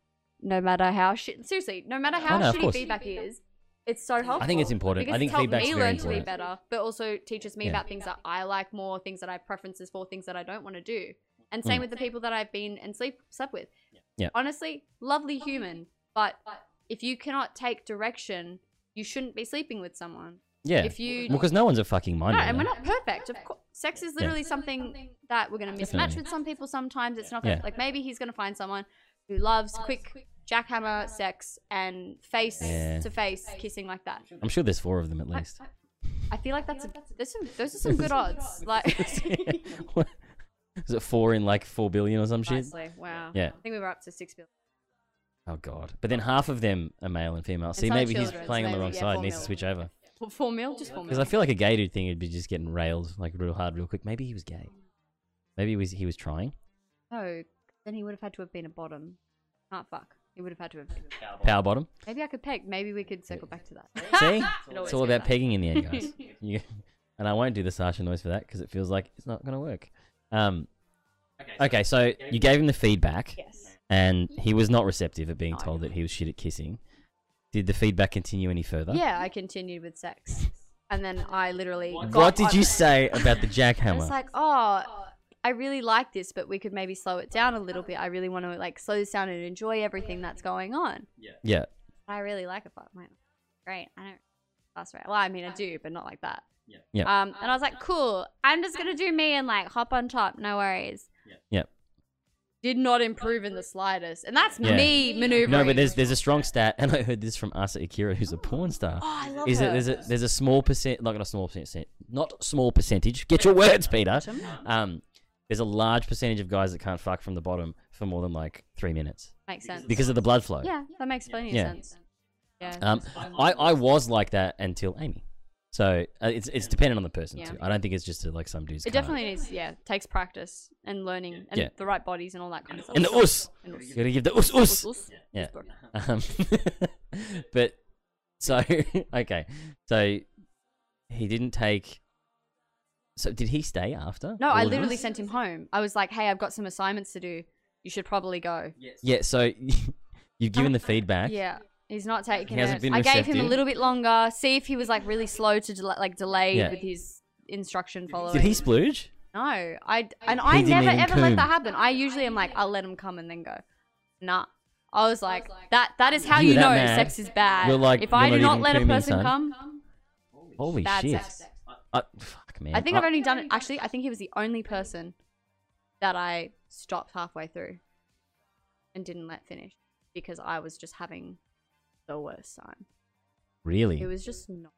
Speaker 7: No matter how shit, seriously, no matter how
Speaker 1: Oh, no, of
Speaker 7: shitty
Speaker 1: course.
Speaker 7: feedback is, it's so helpful.
Speaker 1: I think it's important.
Speaker 7: Because
Speaker 1: I think
Speaker 7: it's helped
Speaker 1: feedback's
Speaker 7: me
Speaker 1: very
Speaker 7: learn to be
Speaker 1: important.
Speaker 7: better, but also teaches me
Speaker 1: Yeah.
Speaker 7: about things that I like more, things that I have preferences for, things that I don't want to do. And same
Speaker 1: Mm.
Speaker 7: with the people that I've been and sleep slept with.
Speaker 1: Yeah.
Speaker 7: Honestly, lovely human, but if you cannot take direction, you shouldn't be sleeping with someone.
Speaker 1: Yeah.
Speaker 7: If you
Speaker 1: Well, because no one's a fucking mind.
Speaker 7: no,
Speaker 1: reader.
Speaker 7: and we're not perfect. Of course, sex is literally something that we're going to mismatch
Speaker 1: Definitely.
Speaker 7: with some people. Sometimes it's not gonna,
Speaker 1: Yeah.
Speaker 7: like maybe he's going to find someone who loves quick jackhammer sex and face
Speaker 1: Yeah.
Speaker 7: to face kissing like that.
Speaker 1: I'm sure there's four of them at least.
Speaker 7: I feel like that's a, there's some those are some good odds. Like
Speaker 1: Is it four in like four billion or some shit?
Speaker 7: honestly, wow.
Speaker 1: Yeah.
Speaker 7: I think we were up to six billion.
Speaker 1: Oh god! But then half of them are male and female. See,
Speaker 7: some
Speaker 1: maybe
Speaker 7: children,
Speaker 1: he's
Speaker 7: so
Speaker 1: playing on the
Speaker 7: maybe,
Speaker 1: wrong
Speaker 7: yeah,
Speaker 1: side.
Speaker 7: four
Speaker 1: Needs to
Speaker 7: mil.
Speaker 1: switch over.
Speaker 7: Four, four mil, just four
Speaker 1: Because
Speaker 7: mil.
Speaker 1: I feel like a gay dude thing would be just getting railed like real hard, real quick. Maybe he was gay. Maybe he was he was trying.
Speaker 7: No, Oh, then he would have had to have been a bottom. Can't fuck. He would have had to have. Been.
Speaker 1: Power bottom.
Speaker 7: Maybe I could peg. Maybe we could circle back to that.
Speaker 1: See,
Speaker 7: It
Speaker 1: it's
Speaker 7: always
Speaker 1: all
Speaker 7: goes
Speaker 1: about
Speaker 7: up.
Speaker 1: pegging in the end, guys. You- and I won't do the Sasha noise for that because it feels like it's not gonna work. Um. Okay, so you gave him the feedback.
Speaker 7: Yes.
Speaker 1: and he was not receptive at being told that he was shit at kissing. Did the feedback continue any further?
Speaker 7: Yeah, I continued with sex. And then I literally.
Speaker 1: What did you say about the
Speaker 7: I was
Speaker 1: jackhammer?
Speaker 7: like, oh, I really like this, but we could maybe slow it down a little bit. I really want to like slow this down and enjoy everything that's going on.
Speaker 1: yeah,
Speaker 7: I really like it, but I'm like, great. I don't. That's right. Well, I mean, I do, but not like that. Yeah.
Speaker 1: Yeah.
Speaker 7: Um, and I was like, cool. I'm just gonna do me and like hop on top. No worries.
Speaker 1: yeah.
Speaker 7: Did not improve in the slightest, and that's
Speaker 1: Yeah.
Speaker 7: me maneuvering.
Speaker 1: No, but there's there's a strong stat, and I heard this from Asa Akira, who's a porn star.
Speaker 7: Oh, I love
Speaker 1: is
Speaker 7: her.
Speaker 1: that there's a there's a small percent, like not a small percent, not small percentage. Get your words, Peter. Um, there's a large percentage of guys that can't fuck from the bottom for more than like three minutes
Speaker 7: makes sense.
Speaker 1: because of the blood flow.
Speaker 7: yeah, that makes plenty
Speaker 1: Yeah.
Speaker 7: of sense. Yeah.
Speaker 1: Um, I, I was like that until Amy. So uh, it's it's dependent on the person
Speaker 7: Yeah.
Speaker 1: too. I don't think it's just uh, like some dudes.
Speaker 7: It
Speaker 1: can't.
Speaker 7: definitely needs, yeah, takes practice and learning and
Speaker 1: Yeah.
Speaker 7: the right bodies and all that kind of stuff.
Speaker 1: And the us.
Speaker 7: And us.
Speaker 1: You gotta give the us us.
Speaker 7: Us, us.
Speaker 1: Yeah.
Speaker 7: Us.
Speaker 1: Um, but so okay, so he didn't take. So did he stay after?
Speaker 7: No,
Speaker 1: all
Speaker 7: I
Speaker 1: of
Speaker 7: literally
Speaker 1: this?
Speaker 7: sent him home. I was like, hey, I've got some assignments to do. You should probably go.
Speaker 1: Yeah. So you've given the feedback.
Speaker 7: Yeah. He's not taking
Speaker 1: He hasn't
Speaker 7: it.
Speaker 1: been
Speaker 7: I gave him a
Speaker 1: receptive.
Speaker 7: little bit longer. See if he was like really slow to del- like delayed
Speaker 1: Yeah.
Speaker 7: with his instruction following.
Speaker 1: Did he splooge?
Speaker 7: No, I and I
Speaker 1: didn't
Speaker 7: never
Speaker 1: even
Speaker 7: ever let
Speaker 1: come.
Speaker 7: that happen. I usually am like, I'll let him come and then go. Nah, I was like, that that is how
Speaker 1: You
Speaker 7: you,
Speaker 1: that
Speaker 7: know
Speaker 1: mad.
Speaker 7: sex is bad.
Speaker 1: You're like,
Speaker 7: if I
Speaker 1: you're
Speaker 7: do
Speaker 1: not even
Speaker 7: not let a
Speaker 1: kidding me,
Speaker 7: person
Speaker 1: son.
Speaker 7: come,
Speaker 1: Holy
Speaker 7: Bad
Speaker 1: shit.
Speaker 7: sex.
Speaker 1: I, fuck man.
Speaker 7: I think
Speaker 1: I,
Speaker 7: I've only done it. Actually, I think he was the only person that I stopped halfway through and didn't let finish because I was just having the worst time.
Speaker 1: really.
Speaker 7: It was just not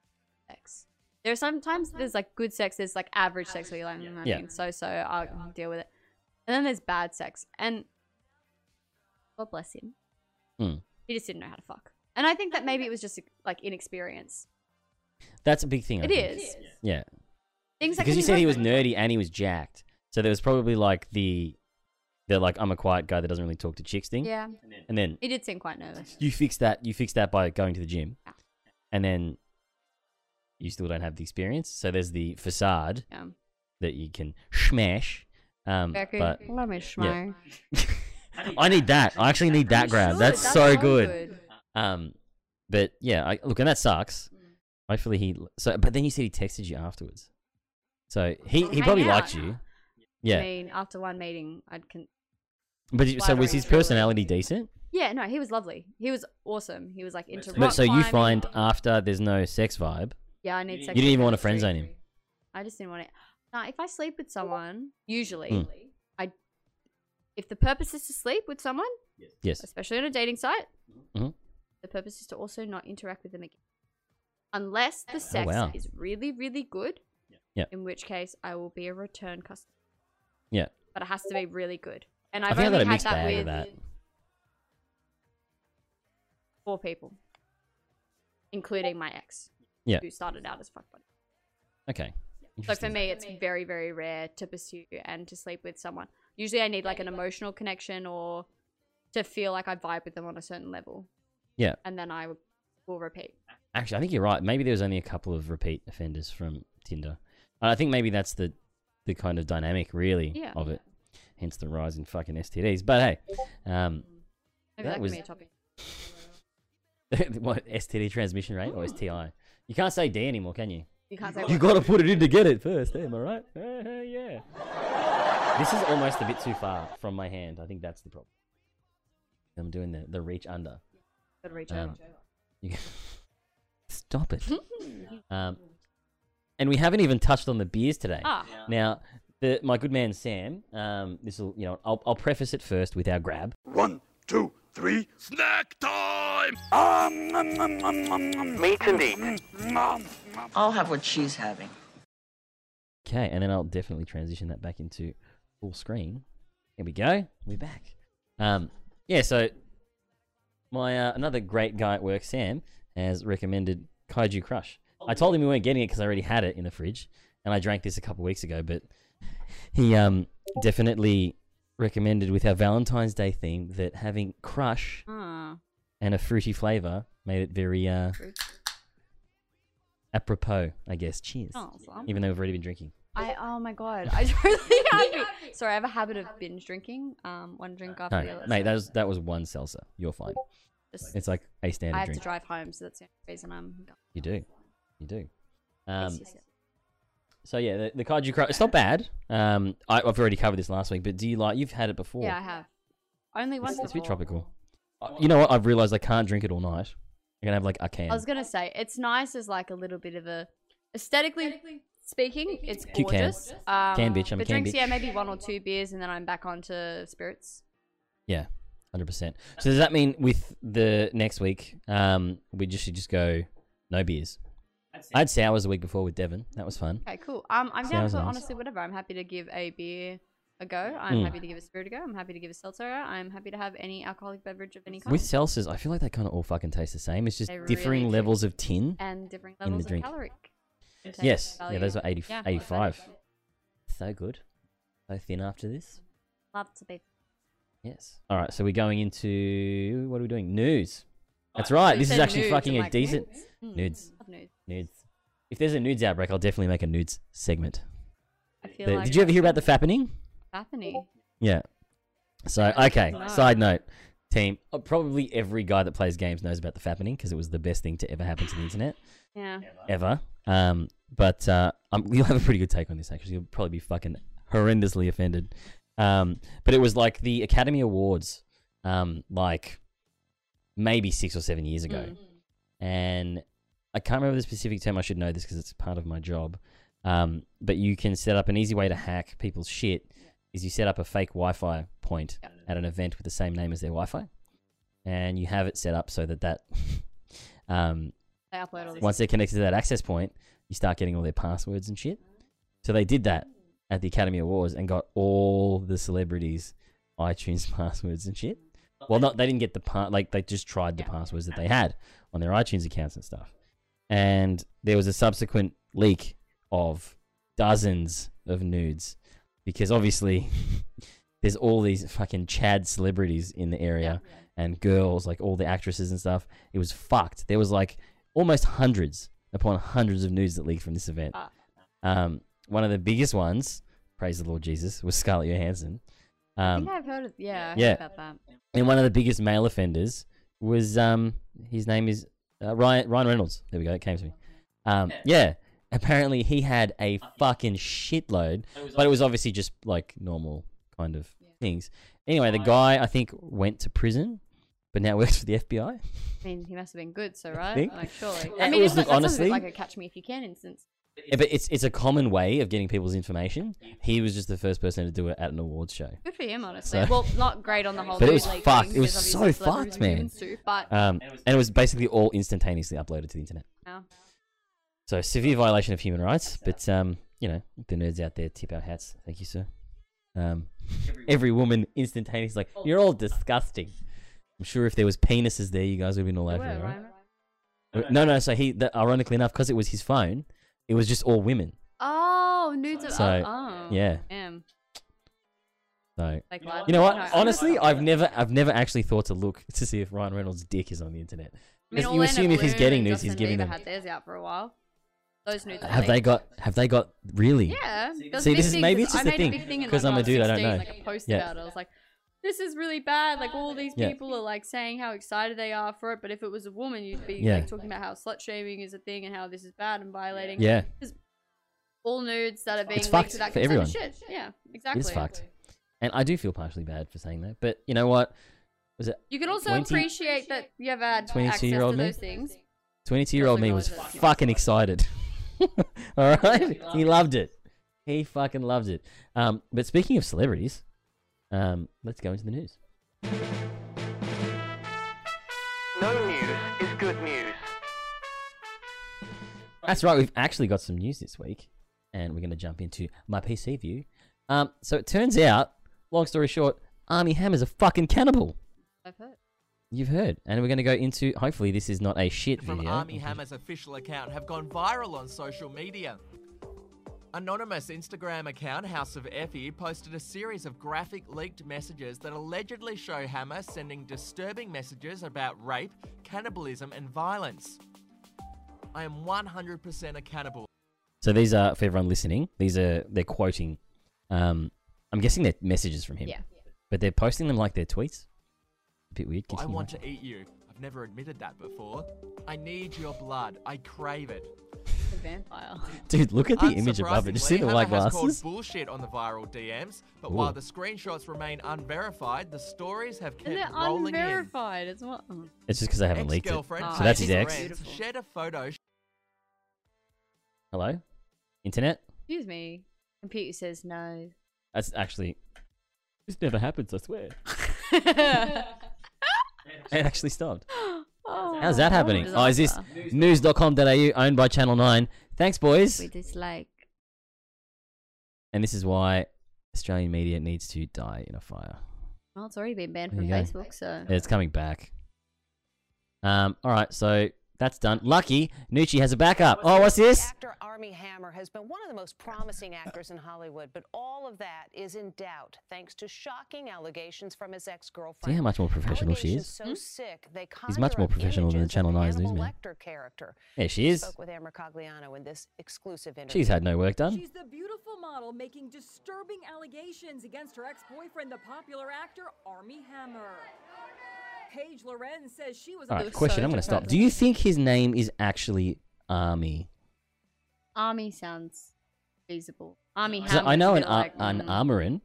Speaker 7: sex. There's sometimes there's like good sex, there's like average sex where you're like, mm, I
Speaker 1: Yeah.
Speaker 7: mean, so so, I'll deal with it. And then there's bad sex, and God bless him,
Speaker 1: Mm.
Speaker 7: he just didn't know how to fuck. And I think that maybe it was just like inexperience.
Speaker 1: That's a big thing. I
Speaker 7: It
Speaker 1: think.
Speaker 7: is
Speaker 1: Yeah.
Speaker 7: things
Speaker 1: because
Speaker 7: that can
Speaker 1: you
Speaker 7: be
Speaker 1: said he was
Speaker 7: perfect.
Speaker 1: nerdy and he was jacked, so there was probably like the, the like I'm a quiet guy that doesn't really talk to chicks thing.
Speaker 7: Yeah,
Speaker 1: And then
Speaker 7: he did seem quite nervous.
Speaker 1: you fix that. You fix that by going to the gym,
Speaker 7: Yeah.
Speaker 1: and then you still don't have the experience. So there's the facade
Speaker 7: Yeah.
Speaker 1: that you can smash. Um,
Speaker 7: Very
Speaker 1: Hmm, but
Speaker 7: good. Let me schmo.
Speaker 1: I need that. I actually need that grab.
Speaker 7: Good,
Speaker 1: That's so good. Um, but yeah, I, look, and that sucks. Hopefully he. So, but then you said he texted you afterwards. So he, he
Speaker 7: Hang
Speaker 1: probably
Speaker 7: out.
Speaker 1: liked you.
Speaker 7: I
Speaker 1: Yeah,
Speaker 7: mean, after one meeting, I'd con-
Speaker 1: but you- so
Speaker 7: wide
Speaker 1: was his
Speaker 7: range.
Speaker 1: personality decent?
Speaker 7: yeah, no, he was lovely. He was awesome. He was like into
Speaker 1: But
Speaker 7: rock
Speaker 1: so you
Speaker 7: climbing.
Speaker 1: find after there's no sex vibe,
Speaker 7: yeah, I need.
Speaker 1: you
Speaker 7: Sex
Speaker 1: didn't even want to friend zone him.
Speaker 7: I just didn't want it. Now, if I sleep with someone, usually
Speaker 1: Mm.
Speaker 7: I, if the purpose is to sleep with someone,
Speaker 1: Yes.
Speaker 7: especially on a dating site,
Speaker 1: Mhm.
Speaker 7: the purpose is to also not interact with them again, unless the sex
Speaker 1: wow.
Speaker 7: is really, really good.
Speaker 1: Yeah.
Speaker 7: In which case, I will be a return customer,
Speaker 1: Yeah.
Speaker 7: but it has to be really good. And
Speaker 1: I
Speaker 7: I've
Speaker 1: think I
Speaker 7: only
Speaker 1: got a
Speaker 7: had
Speaker 1: mixed
Speaker 7: that
Speaker 1: bag
Speaker 7: with
Speaker 1: of that.
Speaker 7: four people, including my ex,
Speaker 1: Yeah.
Speaker 7: who started out as fuck buddy.
Speaker 1: Okay.
Speaker 7: So for
Speaker 1: Interesting.
Speaker 7: me, it's very, very rare to pursue and to sleep with someone. Usually, I need like an emotional connection or to feel like I vibe with them on a certain level,
Speaker 1: Yeah.
Speaker 7: and then I w- will repeat.
Speaker 1: Actually, I think you're right. Maybe there was only a couple of repeat offenders from Tinder. And I think maybe that's the the kind of dynamic really
Speaker 7: Yeah.
Speaker 1: of it. Hence the rise in fucking STDs. But hey, um,
Speaker 7: Maybe
Speaker 1: That
Speaker 7: that,
Speaker 1: was-
Speaker 7: can be a topic.
Speaker 1: what STD transmission rate or STI? You can't say D anymore, can you?
Speaker 7: You can't say.
Speaker 1: You
Speaker 7: what-
Speaker 1: got to put it in to get it first. eh, Am I right? Eh, eh, yeah. This is almost a bit too far from my hand. I think that's the problem. I'm doing the, the reach under.
Speaker 7: gotta reach
Speaker 1: Um,
Speaker 7: out.
Speaker 1: You can- Stop it. um, and we haven't even touched on the beers today.
Speaker 7: Ah,
Speaker 1: Now, the, my good man Sam, um, this will you know, I'll, I'll preface it first with our grab.
Speaker 10: One, two, three. Snack time! Um, nom, nom, nom, nom, nom. Meat and eat. Nom, nom.
Speaker 11: I'll have what she's having.
Speaker 1: Okay, and then I'll definitely transition that back into full screen. Here we go. We're back. Um, yeah. So my uh, another great guy at work, Sam, has recommended Kaiju Crush.
Speaker 7: Oh.
Speaker 1: I told him we weren't getting it because I already had it in the fridge, and I drank this a couple weeks ago. But he um definitely recommended with our Valentine's Day theme that having crush
Speaker 7: ah,
Speaker 1: and a fruity flavor made it very uh apropos, I guess. Cheers.
Speaker 7: Oh, awesome.
Speaker 1: Even though we've already been drinking.
Speaker 7: I oh my god, I totally have. Sorry, I have a habit of binge drinking. Um, one drink after
Speaker 1: No,
Speaker 7: the other.
Speaker 1: mate,
Speaker 7: so
Speaker 1: that was that was one seltzer. You're fine.
Speaker 7: just-
Speaker 1: It's like a standard
Speaker 7: I have
Speaker 1: drink.
Speaker 7: to drive home, so that's the only reason I'm.
Speaker 1: You do, you do. Um,
Speaker 7: It's just-
Speaker 1: so yeah, the, the kaiju crush. It's not bad. Um, I, I've already covered this last week, but do you like? You've had it before.
Speaker 7: yeah, I have. Only once.
Speaker 1: It's, it's a bit
Speaker 7: before.
Speaker 1: tropical. Uh, You know what? I've realized I can't drink it all night. I'm gonna have like a can.
Speaker 7: I was gonna say it's nice as like a little bit of a aesthetically, speaking, it's
Speaker 1: Cute can.
Speaker 7: gorgeous. Um,
Speaker 1: Can bitch, I'm a can
Speaker 7: but drinks,
Speaker 1: bitch.
Speaker 7: yeah, maybe one or two beers, and then I'm back onto spirits.
Speaker 1: yeah, hundred percent. So does that mean with the next week, um, we just should just go no beers? I had sours the week before with Devon. That was fun.
Speaker 7: Okay, cool. Um, I'm down
Speaker 1: Sounds
Speaker 7: for
Speaker 1: nice.
Speaker 7: honestly whatever. I'm happy to give a beer a go. I'm
Speaker 1: Mm.
Speaker 7: happy to give a spirit a go. I'm happy to give a seltzer. a go. I'm happy to have any alcoholic beverage of any kind
Speaker 1: With seltzers, I feel like they kind of all fucking taste the same. It's just
Speaker 7: They really
Speaker 1: differing
Speaker 7: do.
Speaker 1: levels of tin.
Speaker 7: and different
Speaker 1: in the
Speaker 7: levels
Speaker 1: drink.
Speaker 7: of caloric. content
Speaker 1: Yes. Yeah,
Speaker 7: value.
Speaker 1: those were 80,
Speaker 7: Yeah,
Speaker 1: 85. So good. So thin after this.
Speaker 7: Love to be.
Speaker 1: Yes. All right. So we're going into what are we doing? Nudes. That's right.
Speaker 7: You
Speaker 1: This is
Speaker 7: said
Speaker 1: actually
Speaker 7: nudes,
Speaker 1: fucking
Speaker 7: I'm
Speaker 1: a
Speaker 7: like,
Speaker 1: decent
Speaker 7: nudes? Mm.
Speaker 1: nudes.
Speaker 7: Love nudes.
Speaker 1: Nudes. If there's a nudes outbreak, I'll definitely make a nudes segment.
Speaker 7: I feel
Speaker 1: The-
Speaker 7: like
Speaker 1: did you ever hear about the fappening?
Speaker 7: happening?
Speaker 1: Yeah. So okay.
Speaker 7: No.
Speaker 1: Side note, team. uh, Probably every guy that plays games knows about the fappening because it was the best thing to ever happen to the internet.
Speaker 7: Yeah.
Speaker 1: ever. Um, but uh, um, you'll have a pretty good take on this. Actually, you'll probably be fucking horrendously offended. Um, but it was like the Academy Awards, um, like maybe six or seven years ago, and I can't remember the specific term. I should know this because it's part of my job. Um, but you can set up an easy way to hack people's shit. Is you set up a fake Wi-Fi point at an event with the same name as their Wi-Fi, and you have it set up so that that um,
Speaker 7: They upload all this.
Speaker 1: once they're connected to that access point, you start getting all their passwords and shit. So they did that at the Academy Awards and got all the celebrities' iTunes passwords and shit. Well, not they didn't get the part like they just tried the passwords that they had on their iTunes accounts and stuff. And there was a subsequent leak of dozens of nudes because obviously there's all these fucking Chad celebrities in the area and girls, like all the actresses and stuff. It was fucked. There was like almost hundreds upon hundreds of nudes that leaked from this event. Um, one of the biggest ones, praise the Lord Jesus, was Scarlett Johansson.
Speaker 7: I
Speaker 1: Um,
Speaker 7: think I've heard of, yeah, I heard
Speaker 1: yeah.
Speaker 7: about that.
Speaker 1: and one of the biggest male offenders was um his name is uh, Ryan Ryan Reynolds. There we go. It came to me. Um yeah. Apparently he had a fucking shitload, but it was obviously just like normal kind of things. Anyway, the guy I think went to prison, but now works for the FBI.
Speaker 7: I mean, he must have been good, so right?
Speaker 1: think.
Speaker 7: Like, surely.
Speaker 1: That
Speaker 7: I mean,
Speaker 1: was
Speaker 7: it's
Speaker 1: look,
Speaker 7: not, honestly,
Speaker 1: honestly-
Speaker 7: like a catch me if you can instance.
Speaker 1: Yeah, but it's it's a common way of getting people's information. He was just the first person to do it at an awards show.
Speaker 7: Good for him, honestly.
Speaker 1: So-
Speaker 7: Well, not great on the whole.
Speaker 1: But it
Speaker 7: nude
Speaker 1: was
Speaker 7: league
Speaker 1: fucked.
Speaker 7: thing,
Speaker 1: It was
Speaker 7: because
Speaker 1: so
Speaker 7: obviously celebrities
Speaker 1: fucked,
Speaker 7: are
Speaker 1: man.
Speaker 7: humans too, but
Speaker 1: Um, and it was basically all instantaneously uploaded to the internet.
Speaker 7: Wow.
Speaker 1: So severe violation of human rights, but um, you know the nerds out there tip our hats. Thank you, sir. Um, every woman instantaneously
Speaker 7: Oh.
Speaker 1: like you're all disgusting. I'm sure if there was penises there, you guys would have been all over it, right? No, no. So he, that, ironically enough, because it was his phone, it was just all women.
Speaker 7: Oh, nudes of
Speaker 1: So,
Speaker 7: oh, oh.
Speaker 1: yeah.
Speaker 7: Damn.
Speaker 1: So
Speaker 7: Like lad-
Speaker 1: you know what?
Speaker 7: no, I'm
Speaker 1: Honestly,
Speaker 7: not-
Speaker 1: I've never, I've never actually thought to look to see if Ryan Reynolds' dick is on the internet.
Speaker 7: I mean,
Speaker 1: Because you
Speaker 7: Orlando
Speaker 1: assume if he's
Speaker 7: Bloom
Speaker 1: getting
Speaker 7: and
Speaker 1: news, he's
Speaker 7: Justin
Speaker 1: giving them.
Speaker 7: Bieber Had theirs out for a while. Those nudes. were
Speaker 1: Have they
Speaker 7: leaked.
Speaker 1: got? Have they got? Really?
Speaker 7: Yeah. that was a
Speaker 1: See,
Speaker 7: big
Speaker 1: this is
Speaker 7: thing,
Speaker 1: maybe it's
Speaker 7: 'cause
Speaker 1: just
Speaker 7: I
Speaker 1: a
Speaker 7: made
Speaker 1: thing
Speaker 7: big thing in,
Speaker 1: because
Speaker 7: like,
Speaker 1: I'm
Speaker 7: when
Speaker 1: a
Speaker 7: was
Speaker 1: dude. I don't
Speaker 7: 16,
Speaker 1: know.
Speaker 7: Like a post
Speaker 1: Yeah.
Speaker 7: about it. I was like, this is really bad. Like all these
Speaker 1: Yeah.
Speaker 7: people are like saying how excited they are for it, but if it was a woman, you'd be
Speaker 1: Yeah.
Speaker 7: like talking about how slut shaming is a thing and how this is bad and violating.
Speaker 1: Yeah.
Speaker 7: 'Cause all nudes that are being
Speaker 1: It's fucked
Speaker 7: linked to that
Speaker 1: for
Speaker 7: consent
Speaker 1: everyone.
Speaker 7: is Shit. Yeah, exactly.
Speaker 1: It is fucked. And I do feel partially bad for saying that, but you know what? Was it
Speaker 7: You could also
Speaker 1: 20
Speaker 7: appreciate that you have had
Speaker 1: 22
Speaker 7: access
Speaker 1: year old
Speaker 7: to
Speaker 1: me?
Speaker 7: those things.
Speaker 1: twenty-two-year-old me was
Speaker 7: Also acknowledge that.
Speaker 1: fucking excited? All right, he loved it. He fucking loved it. Um, but speaking of celebrities, um, let's go into the news.
Speaker 6: No news is good news.
Speaker 1: That's right. We've actually got some news this week, and we're going to jump into my PC view. Um, so it turns out, long story short, Army Hammer's a fucking cannibal.
Speaker 7: I've heard.
Speaker 1: You've heard, and we're going to go into. Hopefully, this is not a shit
Speaker 11: from
Speaker 1: video.
Speaker 11: Army Hammer's official account have gone viral on social media. Anonymous Instagram account House of Effie posted a series of graphic leaked messages that allegedly show Hammer sending disturbing messages about rape, cannibalism, and violence. I am 100% a cannibal.
Speaker 1: So these are for everyone listening. These are they're quoting. Um, I'm guessing they're messages from him.
Speaker 11: Yeah.
Speaker 1: But they're posting them like their tweets. A bit weird.
Speaker 11: I
Speaker 1: continue.
Speaker 11: want to eat you. I've never admitted that before. I need your blood. I crave it.
Speaker 7: The vampire.
Speaker 1: Dude, look at the image above it. Just see the
Speaker 11: Unsurprisingly,
Speaker 1: white
Speaker 11: Hammer has
Speaker 1: glasses.
Speaker 11: called bullshit on the viral DMs, but while
Speaker 1: Ooh.
Speaker 11: the screenshots remain unverified, the stories have
Speaker 7: And they're
Speaker 11: kept rolling in.
Speaker 7: unverified. It's what. oh.
Speaker 1: It's just because I haven't leaked it.
Speaker 11: Ex-girlfriend
Speaker 1: So that's his
Speaker 11: Paige
Speaker 1: ex.
Speaker 11: Lorenz shared a photo.
Speaker 1: Hello, internet.
Speaker 7: Excuse me. Computer says no.
Speaker 1: That's actually. This never happens. I swear. It actually stopped.
Speaker 7: Oh,
Speaker 1: How's that
Speaker 7: what a
Speaker 1: happening? Oh, is this news.com.au owned by Channel 9? Thanks, boys.
Speaker 7: We dislike.
Speaker 1: And this is why Australian media needs to die in a fire.
Speaker 7: Well, Oh, it's already been banned
Speaker 1: There
Speaker 7: from
Speaker 1: you go.
Speaker 7: Facebook, so.
Speaker 1: It's coming back. Um, all right, so that's done. Lucky, Nucci has a backup. Oh, what's this?
Speaker 12: Actor Army Hammer has been one of the most promising actors in Hollywood, but all of that is in doubt thanks to shocking allegations from his
Speaker 1: See
Speaker 12: ex-girlfriend.
Speaker 1: how much more professional she
Speaker 12: Allegations
Speaker 1: is?
Speaker 7: Hmm?
Speaker 12: So sick, they
Speaker 1: He's much
Speaker 12: conjure
Speaker 1: more
Speaker 12: up
Speaker 1: professional than the
Speaker 12: images of
Speaker 1: Channel 9's
Speaker 12: Hannibal
Speaker 1: newsman.
Speaker 12: Lecter character.
Speaker 1: Yeah, she is.
Speaker 12: Spoke with Amber Cogliano in this exclusive interview.
Speaker 1: She's had no work done.
Speaker 13: She's the beautiful model making disturbing allegations against her ex-boyfriend, the popular actor Army Hammer. Paige Lorenz says she was.
Speaker 1: All right, question. I'm going to stop. Do you think his name is actually Army?
Speaker 7: Army sounds feasible. Army
Speaker 1: So
Speaker 7: Hammer.
Speaker 1: I know an
Speaker 7: is a bit
Speaker 1: ar-
Speaker 7: like,
Speaker 1: an
Speaker 7: mm.
Speaker 1: Armorin.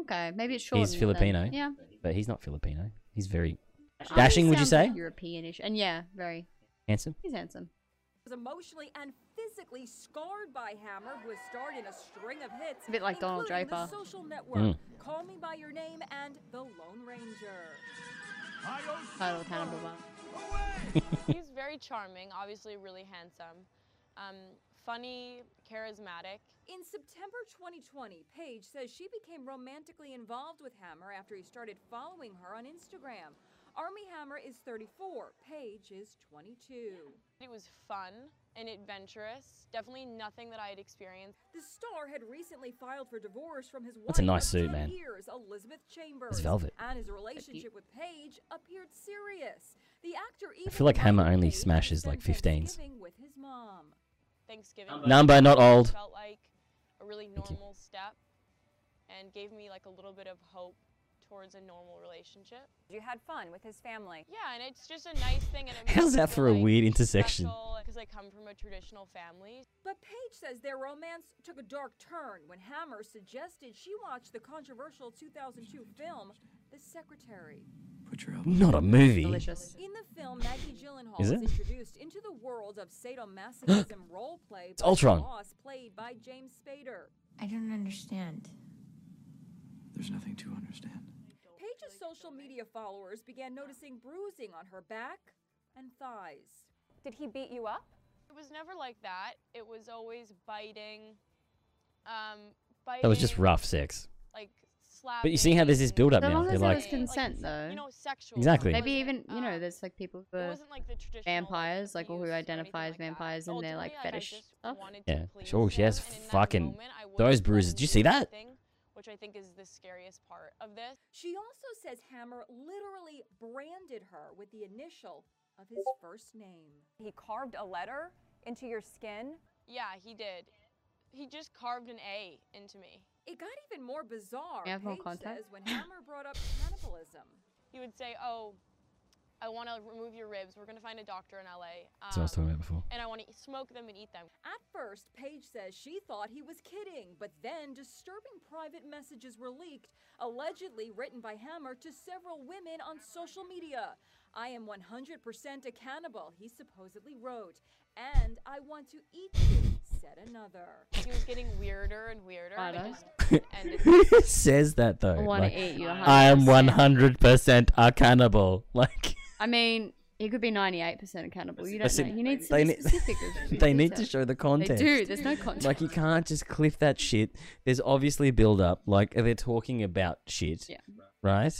Speaker 7: Okay, maybe it's short.
Speaker 1: He's Filipino.
Speaker 7: Yeah.
Speaker 1: But he's not Filipino. He's very
Speaker 7: Actually,
Speaker 1: Dashing,
Speaker 7: he
Speaker 1: would you
Speaker 7: sounds
Speaker 1: say?
Speaker 7: Europeanish, and yeah, very
Speaker 1: Handsome.
Speaker 7: He's handsome.
Speaker 13: was emotionally and physically scarred by Hammer, who has starred in a string of hits.
Speaker 7: A bit like Donald
Speaker 13: including
Speaker 7: Draper.
Speaker 13: The Social Network,
Speaker 1: Mm.
Speaker 13: Call Me by Your Name, and The Lone Ranger.
Speaker 7: Titled Hannibal. Bar-
Speaker 14: He's very charming, obviously really handsome, um, funny, charismatic.
Speaker 13: In September 2020, Paige says she became romantically involved with Hammer after he started following her on Instagram. Army Hammer is 34, Paige is 22.
Speaker 14: It was fun and adventurous. Definitely nothing that I had experienced.
Speaker 13: The star had recently filed for divorce from his wife.
Speaker 1: That's a nice
Speaker 13: of
Speaker 1: suit,
Speaker 13: 10
Speaker 1: man.
Speaker 13: Years, Elizabeth Chambers.
Speaker 1: velvet.
Speaker 13: And his relationship with Paige appeared serious. The actor
Speaker 1: I
Speaker 13: even
Speaker 1: feel like Hammer
Speaker 13: invited
Speaker 1: only
Speaker 13: Paige to
Speaker 1: smashes like
Speaker 13: spend
Speaker 1: 15s.
Speaker 13: Thanksgiving with his mom.
Speaker 14: Thanksgiving.
Speaker 1: Number not old.
Speaker 14: Felt like a really normal step and gave me like a little bit of hope towards a normal relationship.
Speaker 15: You had fun with his family.
Speaker 14: Yeah, and it's just a nice thing. And it
Speaker 1: How's that for a weird intersection?
Speaker 14: Because I come from a traditional family.
Speaker 13: But Paige says their romance took a dark turn when Hammer suggested she watch the controversial 2002 film, The Secretary.
Speaker 1: Not a movie.
Speaker 13: In the film, Maggie Gyllenhaal
Speaker 1: Is
Speaker 13: is,
Speaker 1: it?
Speaker 13: introduced into the world of sadomasochism role play.
Speaker 1: It's
Speaker 13: by the
Speaker 1: Ultron.
Speaker 13: Boss played by James Spader.
Speaker 9: I don't understand.
Speaker 16: There's nothing to understand.
Speaker 13: Paige's social media followers began noticing bruising on her back and thighs.
Speaker 15: Did he beat you up?
Speaker 14: It was never like that. It was always biting. Um, biting.
Speaker 1: That was just rough sex.
Speaker 14: Like slapping.
Speaker 1: But you see how there's this build up
Speaker 7: As
Speaker 1: now.
Speaker 7: long
Speaker 1: They're
Speaker 7: as there was
Speaker 1: like,
Speaker 7: consent, though.
Speaker 14: you know, sexual. Um,
Speaker 1: Exactly.
Speaker 7: Maybe even you know, there's like people who are
Speaker 14: wasn't, like, the traditional, like,
Speaker 7: vampires, like or who identify as vampires, and they're like fetish stuff.
Speaker 1: yeah, sure, she has fucking those bruises. Did you see that?
Speaker 14: Thing, which I think is the scariest part of this.
Speaker 13: She also says Hammer literally branded her with the initial of his first name.
Speaker 15: He carved a letter into your skin.
Speaker 14: Yeah, he did. He just carved an A into me.
Speaker 13: It got even more bizarre.
Speaker 7: May I have more
Speaker 13: Paige
Speaker 7: contact?
Speaker 13: says when Hammer brought up cannibalism.
Speaker 14: He would say, "Oh, I want to remove your ribs. We're gonna find a doctor in LA."
Speaker 1: That's what I was talking about before.
Speaker 14: And I want to smoke them and eat them.
Speaker 13: At first, Paige says she thought he was kidding, but then disturbing private messages were leaked, allegedly written by Hammer to several women on social media. I am 100% a cannibal, he supposedly wrote, and I want to eat you, said another.
Speaker 14: He was getting weirder and weirder. and it
Speaker 13: Righto.
Speaker 14: just
Speaker 1: Who says that though?
Speaker 7: I wanna
Speaker 1: Like,
Speaker 7: eat you
Speaker 1: I am
Speaker 7: 100%.
Speaker 1: 100% a cannibal. Like
Speaker 7: I mean, he could be 98% accountable. You don't
Speaker 1: Listen,
Speaker 7: know. You need
Speaker 1: they
Speaker 7: some
Speaker 1: need-
Speaker 7: specific.
Speaker 1: they need to show the context.
Speaker 7: They do. There's no context.
Speaker 1: Like you can't just cliff that shit. There's obviously build up. Like they're talking about shit.
Speaker 7: Yeah.
Speaker 1: Right?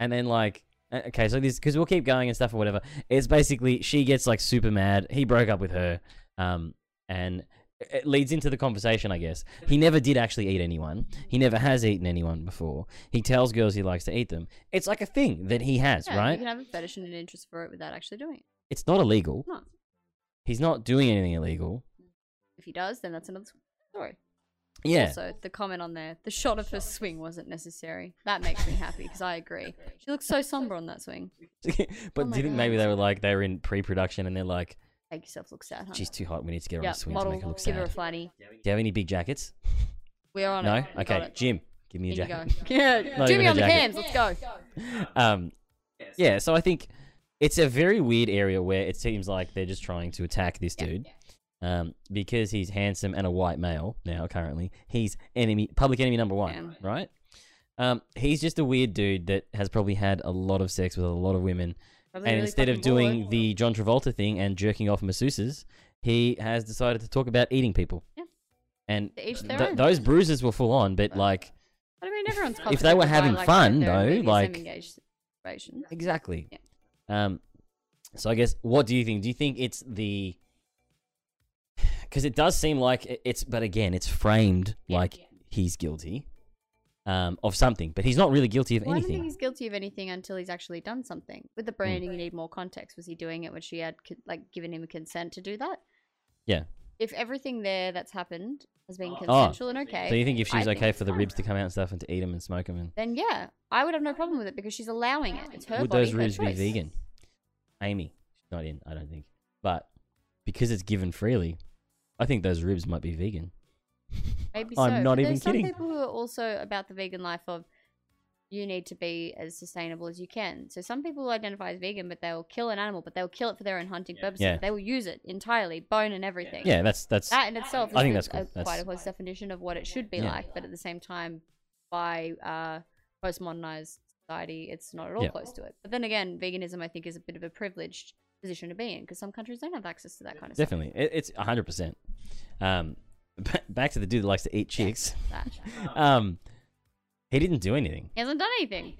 Speaker 1: And then like uh, okay, so this cuz we'll keep going and stuff or whatever. It's basically she gets like super mad. He broke up with her. Um and it leads into the conversation, I guess. He never did actually eat anyone. He never has eaten anyone before. He tells girls he likes to eat them. It's like a thing that he has,
Speaker 7: Yeah, You
Speaker 1: right?
Speaker 7: can have a fetish and an interest for it without actually doing it.
Speaker 1: It's not illegal.
Speaker 7: No.
Speaker 1: He's not doing anything illegal.
Speaker 7: If he does, then that's another story.
Speaker 1: Yeah.
Speaker 7: Also, the comment on there, the shot of her swing wasn't necessary. That makes me happy because I agree. She looks so somber on that swing.
Speaker 1: But
Speaker 7: Oh
Speaker 1: do
Speaker 7: my
Speaker 1: you think
Speaker 7: God.
Speaker 1: maybe they were like they were in pre-production and they're like,
Speaker 7: Make yourself look sad, huh?
Speaker 1: "She's too hot. We need to get her
Speaker 7: Uh, Yeah,
Speaker 1: on a swing
Speaker 7: model,
Speaker 1: to make her look
Speaker 7: give her a
Speaker 1: sad."
Speaker 7: flatty.
Speaker 1: Do you have any big jackets?
Speaker 7: We are on
Speaker 1: no.
Speaker 7: it. We got
Speaker 1: Okay,
Speaker 7: it.
Speaker 1: Jim, give me a
Speaker 7: Here you
Speaker 1: jacket.
Speaker 7: go. Yeah,
Speaker 1: Not
Speaker 7: Jimmy
Speaker 1: even a
Speaker 7: on the
Speaker 1: jacket.
Speaker 7: cans. Let's go.
Speaker 1: Um, yeah. So I think it's a very weird area where it seems like they're just trying to attack this dude, um, because he's handsome and a white male now. Currently, he's enemy, public enemy number one, right? Um, he's just a weird dude that has probably had a lot of sex with a lot of women,
Speaker 7: Probably
Speaker 1: and
Speaker 7: really
Speaker 1: instead of
Speaker 7: fucking bored.
Speaker 1: doing the John Travolta thing and jerking off masseuses, he has decided to talk about eating people.
Speaker 7: Yeah.
Speaker 1: And
Speaker 7: To each their
Speaker 1: th-
Speaker 7: own.
Speaker 1: those bruises were full on, but like
Speaker 7: But I mean, everyone's
Speaker 1: if they were having fun though, like
Speaker 7: Situation.
Speaker 1: Exactly. Um, so I guess what do you think? Do you think it's the because it does seem like it- it's, but again, it's framed like he's guilty um, of something, but he's not really guilty of
Speaker 7: Well, I don't think
Speaker 1: anything. Hmm.
Speaker 7: he's guilty of anything until he's actually done something. With the branding, you need more context. Was he doing it when she had co- like given him consent to do that?
Speaker 1: Yeah.
Speaker 7: If everything there that's happened has been
Speaker 1: Oh,
Speaker 7: consensual and okay,
Speaker 1: So you think if
Speaker 7: I
Speaker 1: she's okay
Speaker 7: it's
Speaker 1: for the
Speaker 7: fine.
Speaker 1: ribs to come out and stuff and to eat them and smoke them, and
Speaker 7: then yeah, I would have no problem with it because she's allowing it. It's her
Speaker 1: would
Speaker 7: body,
Speaker 1: those
Speaker 7: her
Speaker 1: ribs be
Speaker 7: choice.
Speaker 1: vegan? Amy, she's not in, I don't think, but because it's given freely, I think those ribs might be vegan.
Speaker 7: Maybe
Speaker 1: I'm
Speaker 7: so.
Speaker 1: not
Speaker 7: But
Speaker 1: even
Speaker 7: there's
Speaker 1: kidding.
Speaker 7: Some people who are also about the vegan life of you need to be as sustainable as you can. So some people identify as vegan, but they'll kill an animal, but they'll kill it for their own hunting purposes.
Speaker 1: Yeah.
Speaker 7: They will use it entirely, bone and everything.
Speaker 1: Yeah, that's- that's-
Speaker 7: that in itself.
Speaker 1: I
Speaker 7: is
Speaker 1: think
Speaker 7: a-
Speaker 1: that's cool.
Speaker 7: a
Speaker 1: That's-
Speaker 7: quite a close definition of what it should be
Speaker 1: Yeah.
Speaker 7: like, but at the same time, by uh, postmodernized society, it's not at all
Speaker 1: Yeah.
Speaker 7: close to it. But then again, veganism, I think, is a bit of a privileged position to be in because some countries don't have access to that kind of stuff.
Speaker 1: Definitely, it, it's hundred percent. Um, ba- back to the dude that likes to eat chicks.
Speaker 7: That.
Speaker 1: um, he didn't do anything.
Speaker 7: He hasn't done anything.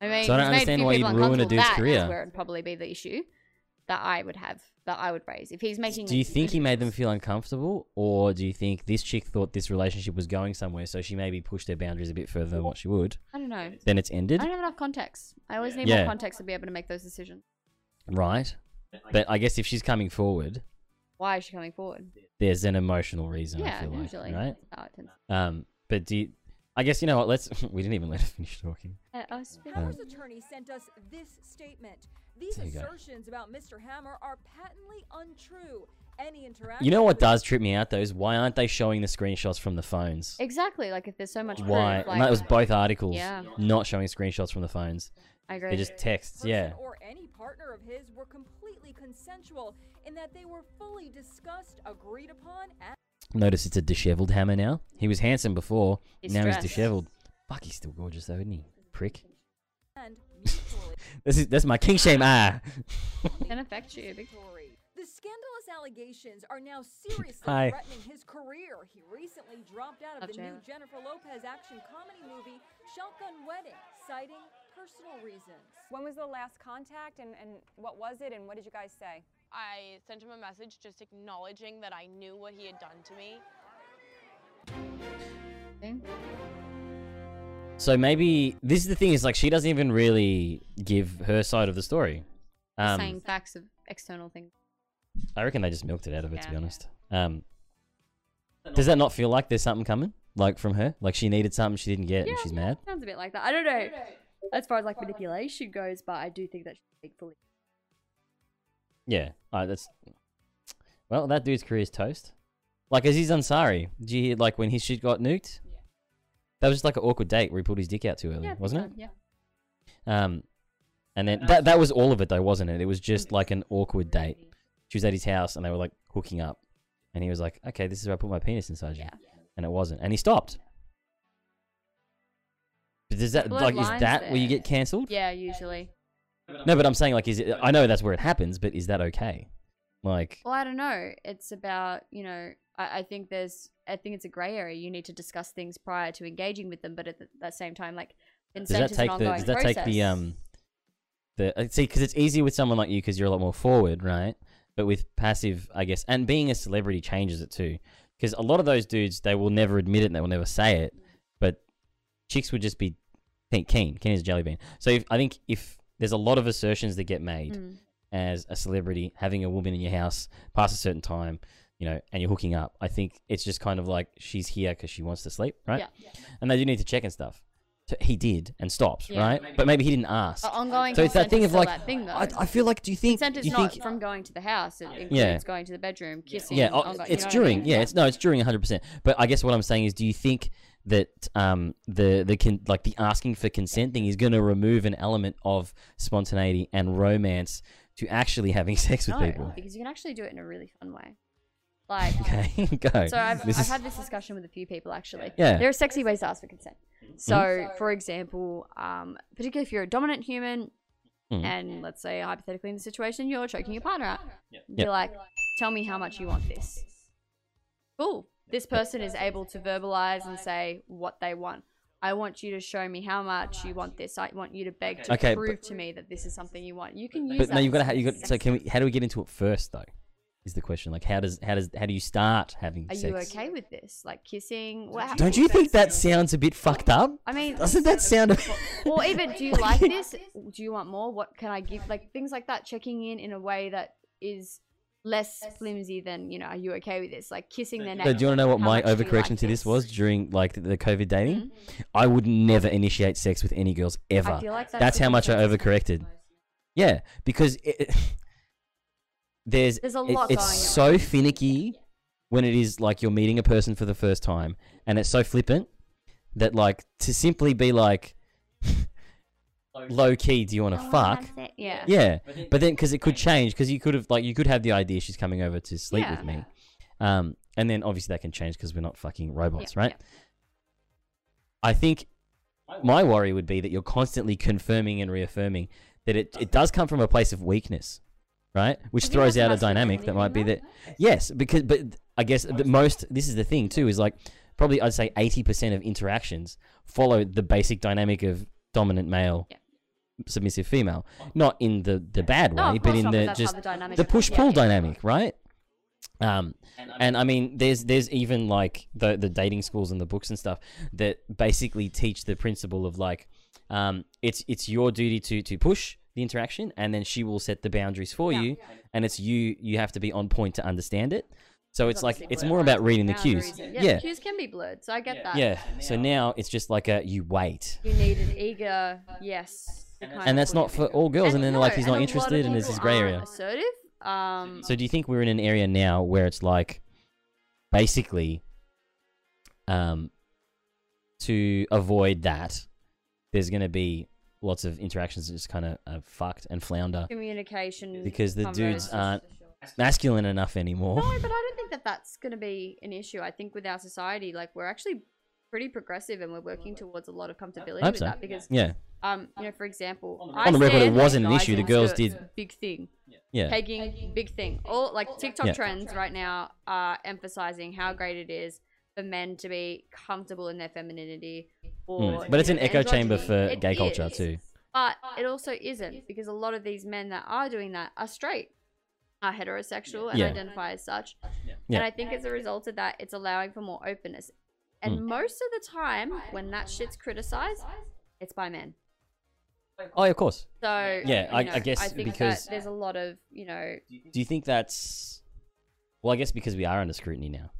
Speaker 7: I mean,
Speaker 1: So I don't
Speaker 7: he's made
Speaker 1: understand
Speaker 7: few
Speaker 1: why
Speaker 7: people
Speaker 1: you'd ruin a
Speaker 7: uncomfortable.
Speaker 1: dude's
Speaker 7: That is
Speaker 1: career.
Speaker 7: where it'd probably be the issue that I would have, that I would raise. If he's making,
Speaker 1: Do you think he made them feel uncomfortable, or do you think this chick thought this relationship was going somewhere, so she maybe pushed their boundaries a bit further than what she would?
Speaker 7: I don't know.
Speaker 1: Then it's ended,
Speaker 7: I don't have enough context. I always need
Speaker 1: Yeah.
Speaker 7: more context to be able to make those decisions.
Speaker 1: right? But I guess if she's coming forward,
Speaker 7: Why is she coming forward?
Speaker 1: there's an emotional reason.
Speaker 7: Yeah,
Speaker 1: I feel like,
Speaker 7: usually.
Speaker 1: right?
Speaker 7: That's how it tends-
Speaker 1: Um, but do you, I guess you know what? Let's. we didn't even let her finish talking.
Speaker 7: I, I was
Speaker 13: Hammer's attorney sent us this statement. These
Speaker 1: There you go.
Speaker 13: assertions about Mr. Hammer are patently untrue. Any interaction.
Speaker 1: You know what
Speaker 13: with-
Speaker 1: does trip me out though is why aren't they showing the screenshots from the phones?
Speaker 7: exactly like if there's so much.
Speaker 1: Why?
Speaker 7: proof,
Speaker 1: and that
Speaker 7: like-
Speaker 1: was both articles.
Speaker 7: Yeah.
Speaker 1: Not showing screenshots from the phones.
Speaker 7: I agree.
Speaker 1: They just texts. Yeah.
Speaker 13: Or any partner of his were completely consensual in that they were fully discussed, agreed upon, and
Speaker 1: Notice it's a disheveled hammer now. He was handsome before.
Speaker 13: He's
Speaker 1: now
Speaker 13: stressed.
Speaker 1: he's disheveled. Fuck, he's still gorgeous though, isn't he? Prick.
Speaker 13: and mutually
Speaker 1: This is that's my king shame. Ah.
Speaker 7: Can affect you. big-
Speaker 13: The scandalous allegations are now seriously
Speaker 1: Hi.
Speaker 13: threatening hhis career. He recently dropped out of
Speaker 7: Love
Speaker 13: the new
Speaker 7: Janet.
Speaker 13: Jennifer Lopez action comedy movie Shotgun Wedding, citing personal reasons.
Speaker 15: When was the last contact and, and what was it and what did you guys say?
Speaker 14: I sent him a message just acknowledging that I knew what he had done to me.
Speaker 1: um, so maybe this is the thing is like she doesn't even really give her side of the story. Um,
Speaker 7: saying facts of external things.
Speaker 1: I reckon they just milked it out of it, to be
Speaker 7: Yeah.
Speaker 1: honest. Um, does that not feel like there's something coming, like from her? Like she needed something she didn't get, and she's mad.
Speaker 7: Sounds a bit like that. I don't know. As far as like manipulation goes, but I do think that she's being fully.
Speaker 1: Yeah, Alright, that's. Well, that dude's career's toast. Like Aziz Ansari, did you hear like when his shit got nuked? Yeah. That was just like an awkward date where he pulled his dick out too early, wasn't it?
Speaker 7: Yeah.
Speaker 1: Um, and then that that was all of it though, wasn't it? It was just like an awkward date. She was at his house and they were like hooking up, and he was like, "Okay, this is where I put my penis inside you," and it wasn't, and he stopped. But does that
Speaker 7: Blurred
Speaker 1: like is
Speaker 7: lines
Speaker 1: that where you
Speaker 7: there.
Speaker 1: get cancelled?
Speaker 7: Yeah, usually.
Speaker 1: No, but I'm saying like, is it, I know that's where it happens, but is that okay? Like,
Speaker 7: Well, I don't know. It's about you know. I, I think there's. I think it's a gray area. You need to discuss things prior to engaging with them, but at the, that same time, like
Speaker 1: does
Speaker 7: consent
Speaker 1: that
Speaker 7: is an
Speaker 1: take the
Speaker 7: ongoing
Speaker 1: does that
Speaker 7: process.
Speaker 1: take the um the uh, see because it's easier with someone like you because you're a lot more forward right but with passive i guess and being a celebrity changes it too because a lot of those dudes they will never admit it and they will never say it but chicks would just be think keen keen as a jelly bean so if, i think if there's a lot of assertions that get made
Speaker 7: Mm.
Speaker 1: as a celebrity having a woman in your house past a certain time you know and you're hooking up i think it's just kind of like she's here because she wants to sleep right
Speaker 7: Yeah.
Speaker 1: and they do need to check and stuff so he did and stops
Speaker 7: Yeah.
Speaker 1: right but maybe he didn't ask
Speaker 7: Uh, ongoing.
Speaker 1: so it's that
Speaker 7: consent
Speaker 1: thing
Speaker 7: is
Speaker 1: of
Speaker 7: still
Speaker 1: like
Speaker 7: that thing, though.
Speaker 1: I, I feel like do you think
Speaker 7: consent is
Speaker 1: do you
Speaker 7: not
Speaker 1: think
Speaker 7: from going to the house. It includes
Speaker 1: Yeah.
Speaker 7: going to the bedroom, kissing.
Speaker 1: yeah oh,
Speaker 7: ongoing- you
Speaker 1: it's
Speaker 7: know what I
Speaker 1: during
Speaker 7: mean?
Speaker 1: yeah it's no it's during 100 percent but i guess what i'm saying is do you think that um the the con- like the asking for consent thing is going to remove an element of spontaneity and romance to actually having sex with
Speaker 7: no,
Speaker 1: people
Speaker 7: because you can actually do it in a really fun way. Like,
Speaker 1: okay go
Speaker 7: so I've,
Speaker 1: This
Speaker 7: I've
Speaker 1: is-
Speaker 7: had this discussion with a few people actually.
Speaker 1: Yeah.
Speaker 7: There are sexy ways to ask for consent. So,
Speaker 1: Mhm.
Speaker 7: for example, um, particularly if you're a dominant human,
Speaker 1: Mhm.
Speaker 7: and let's say hypothetically in the situation you're choking your partner out, be
Speaker 1: Yep.
Speaker 7: like, "Tell me how much you want this." Cool. This person is able to verbalize and say what they want. I want you to show me how much you want this. I want you to beg to
Speaker 1: Okay,
Speaker 7: prove
Speaker 1: but-
Speaker 7: to me that this is something you want. You can use.
Speaker 1: but
Speaker 7: that
Speaker 1: no you've
Speaker 7: to
Speaker 1: got to you got
Speaker 7: sex
Speaker 1: so can we how do we get into it first though is the question like how does how does how do you start having
Speaker 7: Are
Speaker 1: sex
Speaker 7: you okay with this? Like kissing? Wow.
Speaker 1: Don't you think that sounds a bit fucked up?
Speaker 7: I mean-
Speaker 1: doesn't that sound?
Speaker 7: Or even, do you like this? Do you want more? What can I give? Like things like that. Checking in in a way that is less flimsy than you know. Are you okay with this? Like kissing their neck.
Speaker 1: But do you want to know what
Speaker 7: How
Speaker 1: my
Speaker 7: much do you like Mm-hmm.
Speaker 1: overcorrection to this was during like the COVID dating? I would never initiate sex with any girls ever.
Speaker 7: feel like that's
Speaker 1: that's
Speaker 7: the
Speaker 1: how much I overcorrected. Yeah, because it, there's
Speaker 7: There's a
Speaker 1: it-
Speaker 7: lot
Speaker 1: it's so finicky when it is like you're meeting a person for the first time, and it's so flippant that like to simply be like, low key, do you want to
Speaker 7: I wanna
Speaker 1: fuck?
Speaker 7: have sex, yeah.
Speaker 1: Yeah.
Speaker 7: But then-
Speaker 1: But then, because it could change, because you could have, like, you could have the idea she's coming over to sleep
Speaker 7: Yeah.
Speaker 1: with me. Um, and then obviously that can change because we're not fucking robots, right? I think my worry would be that you're constantly confirming and reaffirming that it, it does come from a place of weakness, right? Which
Speaker 17: think
Speaker 1: throws
Speaker 17: that's
Speaker 1: out a
Speaker 17: much different
Speaker 1: dynamic
Speaker 17: than
Speaker 1: that might be that. Yes, because but I guess the most this is the thing too is like probably I'd say eighty percent of interactions follow the basic dynamic of dominant male. Submissive female, not in the the bad
Speaker 7: No,
Speaker 1: way,
Speaker 7: of
Speaker 1: but
Speaker 7: course
Speaker 1: in
Speaker 7: not, but
Speaker 1: the
Speaker 7: that's how
Speaker 1: just
Speaker 7: the dynamic
Speaker 1: the
Speaker 7: is.
Speaker 1: push
Speaker 7: Yeah,
Speaker 1: pull
Speaker 7: yeah.
Speaker 1: dynamic, right? Um, and I mean, there's there's even like the the dating schools and the books and stuff that basically teach the principle of like, um, it's it's your duty to to push the interaction, and then she will set the boundaries for you, and it's you you have to be on point to understand it. So it's like it's more about reading the cues.
Speaker 7: Yeah,
Speaker 1: Yeah,
Speaker 7: cues can be blurred, so I get that.
Speaker 1: yeah. So now it's just like a you wait,
Speaker 7: You need an eager yes. kind
Speaker 1: and
Speaker 7: of
Speaker 1: that's not
Speaker 7: woman.
Speaker 1: for all girls. And then they're like he's
Speaker 7: No,
Speaker 1: not
Speaker 7: a lot of
Speaker 1: interested, and there's
Speaker 7: people
Speaker 1: this gray
Speaker 7: aren't
Speaker 1: area.
Speaker 7: Assertive. Um,
Speaker 1: So do you think we're in an area now where it's like basically um to avoid that there's going to be lots of interactions that just kind of are fucked and flounder
Speaker 7: communication
Speaker 1: because the dudes
Speaker 7: conversations.
Speaker 1: aren't masculine enough anymore.
Speaker 7: No, but I don't think that that's going to be an issue. I think with our society, like we're actually pretty progressive and we're working towards a lot of comfortability
Speaker 1: Hope
Speaker 7: with
Speaker 1: so.
Speaker 7: that because
Speaker 1: Yeah.
Speaker 7: Um, you know, for example,
Speaker 1: On the record, it
Speaker 7: stand
Speaker 1: wasn't an
Speaker 7: guys
Speaker 1: issue, the
Speaker 7: and
Speaker 1: girls
Speaker 7: skirts,
Speaker 1: did-
Speaker 7: big thing.
Speaker 1: Yeah.
Speaker 7: Pegging, big thing. All like TikTok
Speaker 1: Yeah.
Speaker 7: trends right now are emphasizing how great it is for men to be comfortable in their femininity. Or,
Speaker 1: Mm. But it's
Speaker 7: you
Speaker 1: an
Speaker 7: know,
Speaker 1: echo chamber
Speaker 7: androgyny.
Speaker 1: for
Speaker 7: It
Speaker 1: gay culture
Speaker 7: is.
Speaker 1: too.
Speaker 7: But it also isn't because a lot of these men that are doing that are straight, are heterosexual, and
Speaker 1: Yeah.
Speaker 7: identify as such.
Speaker 1: Yeah.
Speaker 7: And I think as a result of that, it's allowing for more openness. And
Speaker 1: Mm.
Speaker 7: most of the time, when that shit's criticized, it's by men.
Speaker 1: Oh, yeah, of course.
Speaker 7: So
Speaker 1: Yeah, I-
Speaker 7: you know,
Speaker 1: I guess
Speaker 7: I think
Speaker 1: because-
Speaker 7: that there's a lot of you know
Speaker 1: Do you think that's well? I guess because we are under scrutiny now,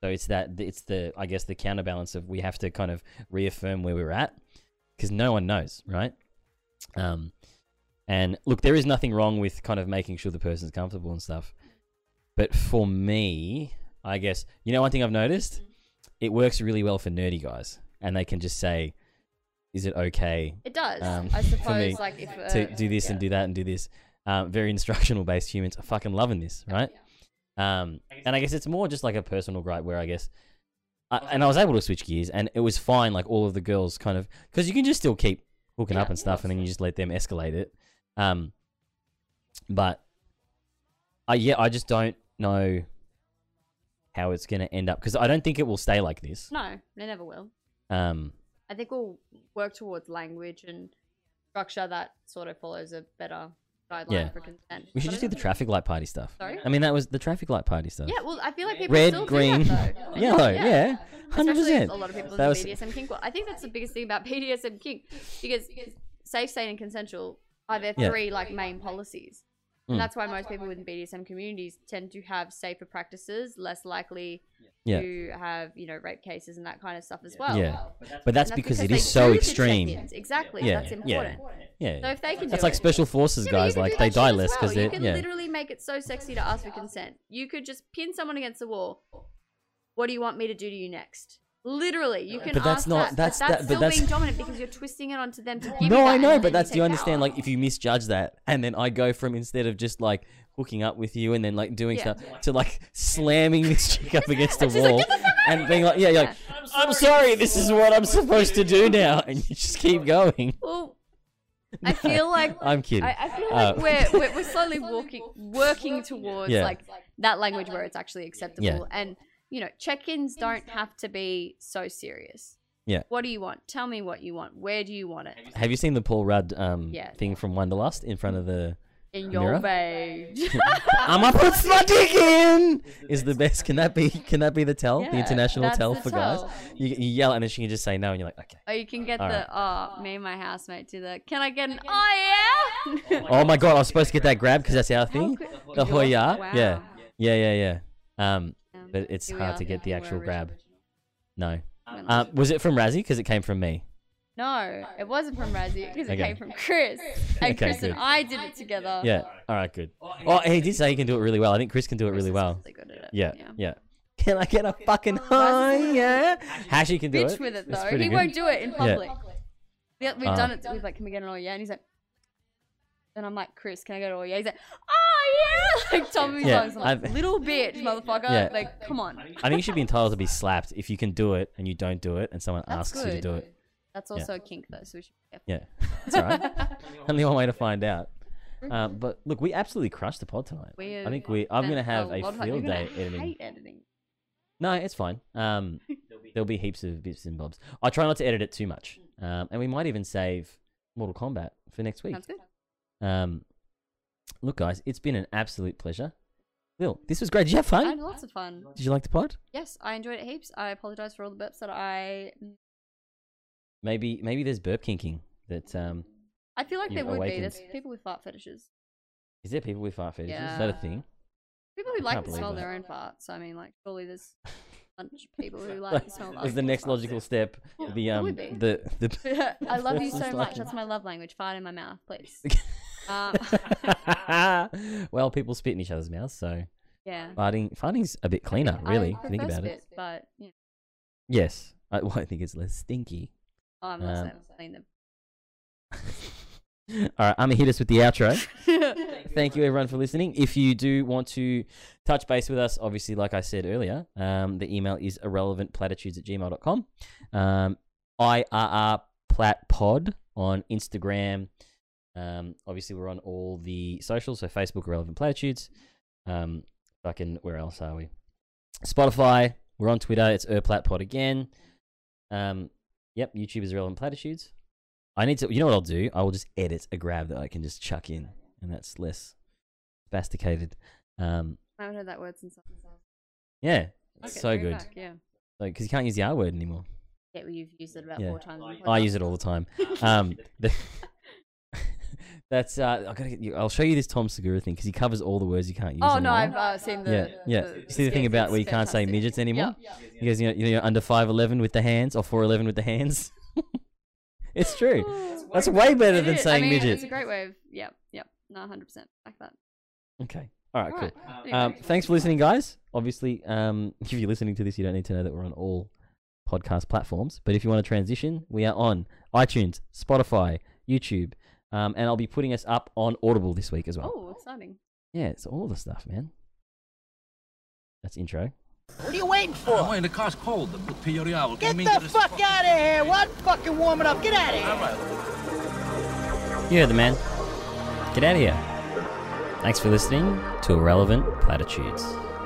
Speaker 1: so it's that it's the I guess the counterbalance of we have to kind of reaffirm where we're at because no one knows, right? Um, and look, there is nothing wrong with kind of making sure the person's comfortable and stuff, but for me, I guess you know one thing I've noticed, it works really well for nerdy guys, and they can just say, "Is it okay?"
Speaker 7: It does,
Speaker 1: um,
Speaker 7: I
Speaker 1: for
Speaker 7: suppose,
Speaker 1: me
Speaker 7: like, if,
Speaker 1: to
Speaker 7: uh,
Speaker 1: do this and do that and do this. Um, very instructional based humans are fucking loving this, right? Um, and I guess it's more just like a personal gripe where I guess, I, and I was able to switch gears and it was fine. Like all of the girls kind of because you can just still keep hooking up and stuff, and then you just let them escalate it. Um, but I yeah, I just don't know how it's gonna end up because I don't think it will stay like this.
Speaker 7: no, they never will.
Speaker 1: Um,
Speaker 7: I think we'll work towards language and structure that sort of follows a better guideline
Speaker 1: Yeah.
Speaker 7: for consent.
Speaker 1: we should
Speaker 7: But
Speaker 1: just do the traffic light party stuff.
Speaker 7: Sorry?
Speaker 1: I mean, that was the traffic light party stuff.
Speaker 7: Yeah, well, I feel like people
Speaker 1: red,
Speaker 7: still
Speaker 1: green,
Speaker 7: do that, though.
Speaker 1: yellow. Yeah, hundred
Speaker 7: Especially
Speaker 1: percent.
Speaker 7: A lot of people in
Speaker 1: That
Speaker 7: the
Speaker 1: was
Speaker 7: BDSM kink. Well, I think that's the biggest thing about BDSM kink because safe, sane, and consensual are their
Speaker 1: Yeah.
Speaker 7: three like main policies,
Speaker 1: Mm.
Speaker 7: and that's why most people within BDSM communities tend to have safer practices, less likely
Speaker 1: Yeah.
Speaker 7: to have you know rape cases and that kind of stuff as Oh, well.
Speaker 1: Yeah. But that's
Speaker 7: And
Speaker 1: because it
Speaker 7: they
Speaker 1: is so
Speaker 7: do the
Speaker 1: extreme.
Speaker 7: check-ins. Exactly,
Speaker 1: Yeah.
Speaker 7: that's
Speaker 1: Yeah.
Speaker 7: important.
Speaker 1: Yeah.
Speaker 7: So if they can
Speaker 1: That's
Speaker 7: do
Speaker 1: like
Speaker 7: it-
Speaker 1: special forces
Speaker 7: Yeah, but you
Speaker 1: guys.
Speaker 7: can
Speaker 1: Like
Speaker 7: do
Speaker 1: they
Speaker 7: that shit
Speaker 1: die
Speaker 7: as
Speaker 1: less
Speaker 7: well.
Speaker 1: because
Speaker 7: you
Speaker 1: they're
Speaker 7: can
Speaker 1: yeah.
Speaker 7: literally make it so sexy to ask for consent. You could just pin someone against the wall. What do you want me to do to you next? Literally, you can
Speaker 1: But that's
Speaker 7: ask
Speaker 1: not-
Speaker 7: that,
Speaker 1: that's- that-
Speaker 7: but that's
Speaker 1: but
Speaker 7: still
Speaker 1: that's-
Speaker 7: being dominant because you're twisting it onto them to give you
Speaker 1: No,
Speaker 7: that
Speaker 1: I
Speaker 7: and
Speaker 1: know,
Speaker 7: then
Speaker 1: but
Speaker 7: you
Speaker 1: that's
Speaker 7: take
Speaker 1: you understand. Like if you misjudge that, and then I go from instead of just like hooking up with you and then like doing
Speaker 7: Yeah.
Speaker 1: stuff to like slamming this chick up against the
Speaker 7: She's like,
Speaker 1: wall
Speaker 7: "Get the fuck
Speaker 1: and being like, yeah, you're like, I'm sorry, this is what I'm supposed to do now, and you just keep going.
Speaker 7: Well, I feel like
Speaker 1: I'm kidding.
Speaker 7: I, I feel like
Speaker 1: Uh,
Speaker 7: we're, we're we're slowly walking, working towards
Speaker 1: Yeah.
Speaker 7: like that language where it's actually acceptable, and you know, check-ins don't have to be so serious.
Speaker 1: Yeah.
Speaker 7: What do you want? Tell me what you want. Where do you want it?
Speaker 1: Have you seen the Paul Rudd um
Speaker 7: Yeah.
Speaker 1: thing from Wonderlust in front of the
Speaker 7: In
Speaker 1: mirror?
Speaker 7: your page.
Speaker 1: I'm up put my dick in. Is the best. Can that be? Can that be the tell? the
Speaker 7: Yeah,
Speaker 1: international
Speaker 7: that's
Speaker 1: tell
Speaker 7: the
Speaker 1: for
Speaker 7: tell.
Speaker 1: guys. You, you yell, and then she can just say no, and you're like, okay.
Speaker 7: Or you can get
Speaker 1: All
Speaker 7: the oh, me and my housemate do the. Can I get an oh yeah?
Speaker 1: Oh my god, I was supposed to get that grab because that's our thing.
Speaker 7: quick-
Speaker 1: The
Speaker 7: Yours?
Speaker 1: hoya.
Speaker 7: Wow.
Speaker 1: Yeah. Yeah, yeah, yeah. Um, but it's
Speaker 7: here we
Speaker 1: hard
Speaker 7: are
Speaker 1: to get the
Speaker 7: thinking we're
Speaker 1: actual grab. No.
Speaker 7: We're not.
Speaker 1: Um, was it from Razzie? Because it came from me.
Speaker 7: no, it wasn't from Razzie because it
Speaker 1: Okay.
Speaker 7: came from Chris,
Speaker 1: Okay,
Speaker 7: and Chris and
Speaker 1: good.
Speaker 7: I did it together.
Speaker 1: Yeah. All right, good. Oh, he did say he can do it really well. I think Chris can do it really well. Yeah. Yeah. Can I get a
Speaker 7: Oh,
Speaker 1: fucking hi? Yeah. Hashi can do
Speaker 7: Bitch
Speaker 1: it.
Speaker 7: with it
Speaker 1: It's
Speaker 7: though.
Speaker 1: pretty
Speaker 7: He
Speaker 1: good.
Speaker 7: won't do it in
Speaker 1: Yeah.
Speaker 7: public. Yeah, we've
Speaker 1: Uh,
Speaker 7: done it. We've like, can we get an oh yeah? And he's like, and I'm like, Chris, can I get an oh yeah? He's like, oh yeah! Like Tommy
Speaker 1: Yeah,
Speaker 7: songs. I'm like,
Speaker 1: I've-
Speaker 7: little bitch, motherfucker.
Speaker 1: Yeah.
Speaker 7: Like, come on.
Speaker 1: I think you should be entitled to be slapped if you can do it and you don't do it and someone
Speaker 7: That's
Speaker 1: asks you to
Speaker 7: good.
Speaker 1: do it.
Speaker 7: That's
Speaker 1: Yeah.
Speaker 7: also a kink though, so we should. be
Speaker 1: Yeah,
Speaker 7: careful.
Speaker 1: that's all right. Only one way to find out. Uh,
Speaker 7: Mhm.
Speaker 1: but look, we absolutely crushed the pod tonight.
Speaker 7: We
Speaker 1: I think we. I'm
Speaker 7: spent
Speaker 1: gonna have a
Speaker 7: lot of time-
Speaker 1: field
Speaker 7: You're gonna
Speaker 1: day editing.
Speaker 7: Hate editing.
Speaker 1: No, it's fine. Um, there'll be heaps of bits and bobs. I try not to edit it too much,
Speaker 7: Mm.
Speaker 1: um, and we might even save Mortal Kombat for next week.
Speaker 7: Sounds good.
Speaker 1: Um, look, guys, it's been an absolute pleasure. Will, this was great. Did you have fun?
Speaker 7: I had lots of fun.
Speaker 1: Did you like the pod?
Speaker 7: Yes, I enjoyed it heaps. I apologize for all the burps that I.
Speaker 1: Maybe, maybe there's burp kinking. That um,
Speaker 7: I feel like
Speaker 1: You've
Speaker 7: there would be.
Speaker 1: awakened.
Speaker 7: There's people with fart fetishes.
Speaker 1: is there people with fart fetishes? Is that a
Speaker 7: Yeah.
Speaker 1: thing?
Speaker 7: People who
Speaker 1: I
Speaker 7: like
Speaker 1: can't
Speaker 7: to
Speaker 1: believe
Speaker 7: smell
Speaker 1: that.
Speaker 7: their own farts. So, I mean, like, surely there's a bunch of people who like to smell
Speaker 1: was
Speaker 7: other
Speaker 1: the next
Speaker 7: people's
Speaker 1: logical step.
Speaker 7: Yeah.
Speaker 1: The um,
Speaker 7: Would be.
Speaker 1: the the.
Speaker 7: farts. I love you so
Speaker 1: person's
Speaker 7: much.
Speaker 1: liking.
Speaker 7: That's my love language. Fart in my mouth, please. uh,
Speaker 1: well, people spit in each other's mouths, so
Speaker 7: Yeah.
Speaker 1: farting farting's a bit cleaner,
Speaker 7: I
Speaker 1: really. if you think
Speaker 7: prefer
Speaker 1: about it.
Speaker 7: spit, But, you know,
Speaker 1: Yes, I, well, I think it's less stinky.
Speaker 7: oh, I'm
Speaker 1: Um,
Speaker 7: not saying I'm saying them.
Speaker 1: All right, I'm gonna hit us with the outro. Thank you, everyone, for listening. If you do want to touch base with us, obviously, like I said earlier, um, the email is irrelevantplatitudes at gmail.com. Um, IRRplatpod on Instagram. Um, obviously, we're on all the socials, so Facebook, Irrelevant Platitudes. Um, fucking, where else are we? Spotify. We're on Twitter. It's erplatpod again. Um, yep, YouTube is Irrelevant Platitudes. I need to. You know what I'll do? I will just edit a grab that I can just chuck in, and that's less spasticated. Um,
Speaker 7: I haven't heard that word since I was a
Speaker 1: yeah,
Speaker 7: Okay,
Speaker 1: so
Speaker 7: bring it
Speaker 1: good.
Speaker 7: back, yeah.
Speaker 1: Like, because you can't use the R word anymore.
Speaker 7: Yeah, well, you've used it about
Speaker 1: Yeah.
Speaker 7: four times. in the
Speaker 1: I
Speaker 7: podcast.
Speaker 1: use it all the time. Um, the- that's uh, I gotta get you. I'll show you this Tom Segura thing because he covers all the words you can't use.
Speaker 7: Oh, no,
Speaker 1: anymore.
Speaker 7: I've uh, seen the.
Speaker 1: yeah, yeah.
Speaker 7: the-
Speaker 1: you see the thing
Speaker 7: skits,
Speaker 1: about where you
Speaker 7: it's
Speaker 1: can't say
Speaker 7: fantastic.
Speaker 1: midgets anymore?
Speaker 7: Yeah.
Speaker 1: Because you know, you know, under five eleven with the hands or four eleven with the hands. it's true. That's way better
Speaker 7: Oh. It
Speaker 1: than
Speaker 7: is.
Speaker 1: saying
Speaker 7: I mean,
Speaker 1: midget.
Speaker 7: It's a great way of. Yep, yep. No, 100%. Back that.
Speaker 1: Okay. All right,
Speaker 7: Alright.
Speaker 1: cool.
Speaker 7: Anyway.
Speaker 1: Um, thanks for listening, guys. Obviously, um, if you're listening to this, you don't need to know that we're on all podcast platforms. But if you want to transition, we are on iTunes, Spotify, YouTube, um, and I'll be putting us up on Audible this week as well.
Speaker 7: Oh, exciting.
Speaker 1: Yeah, it's all the stuff, man. That's intro.
Speaker 17: What are you waiting for?
Speaker 18: in the car's cold. The Peoria will
Speaker 17: Get the fuck out of here! What? Fucking warm it up. Get out of here.
Speaker 1: You're the man. Get out of here. Thanks for listening to Irrelevant Platitudes.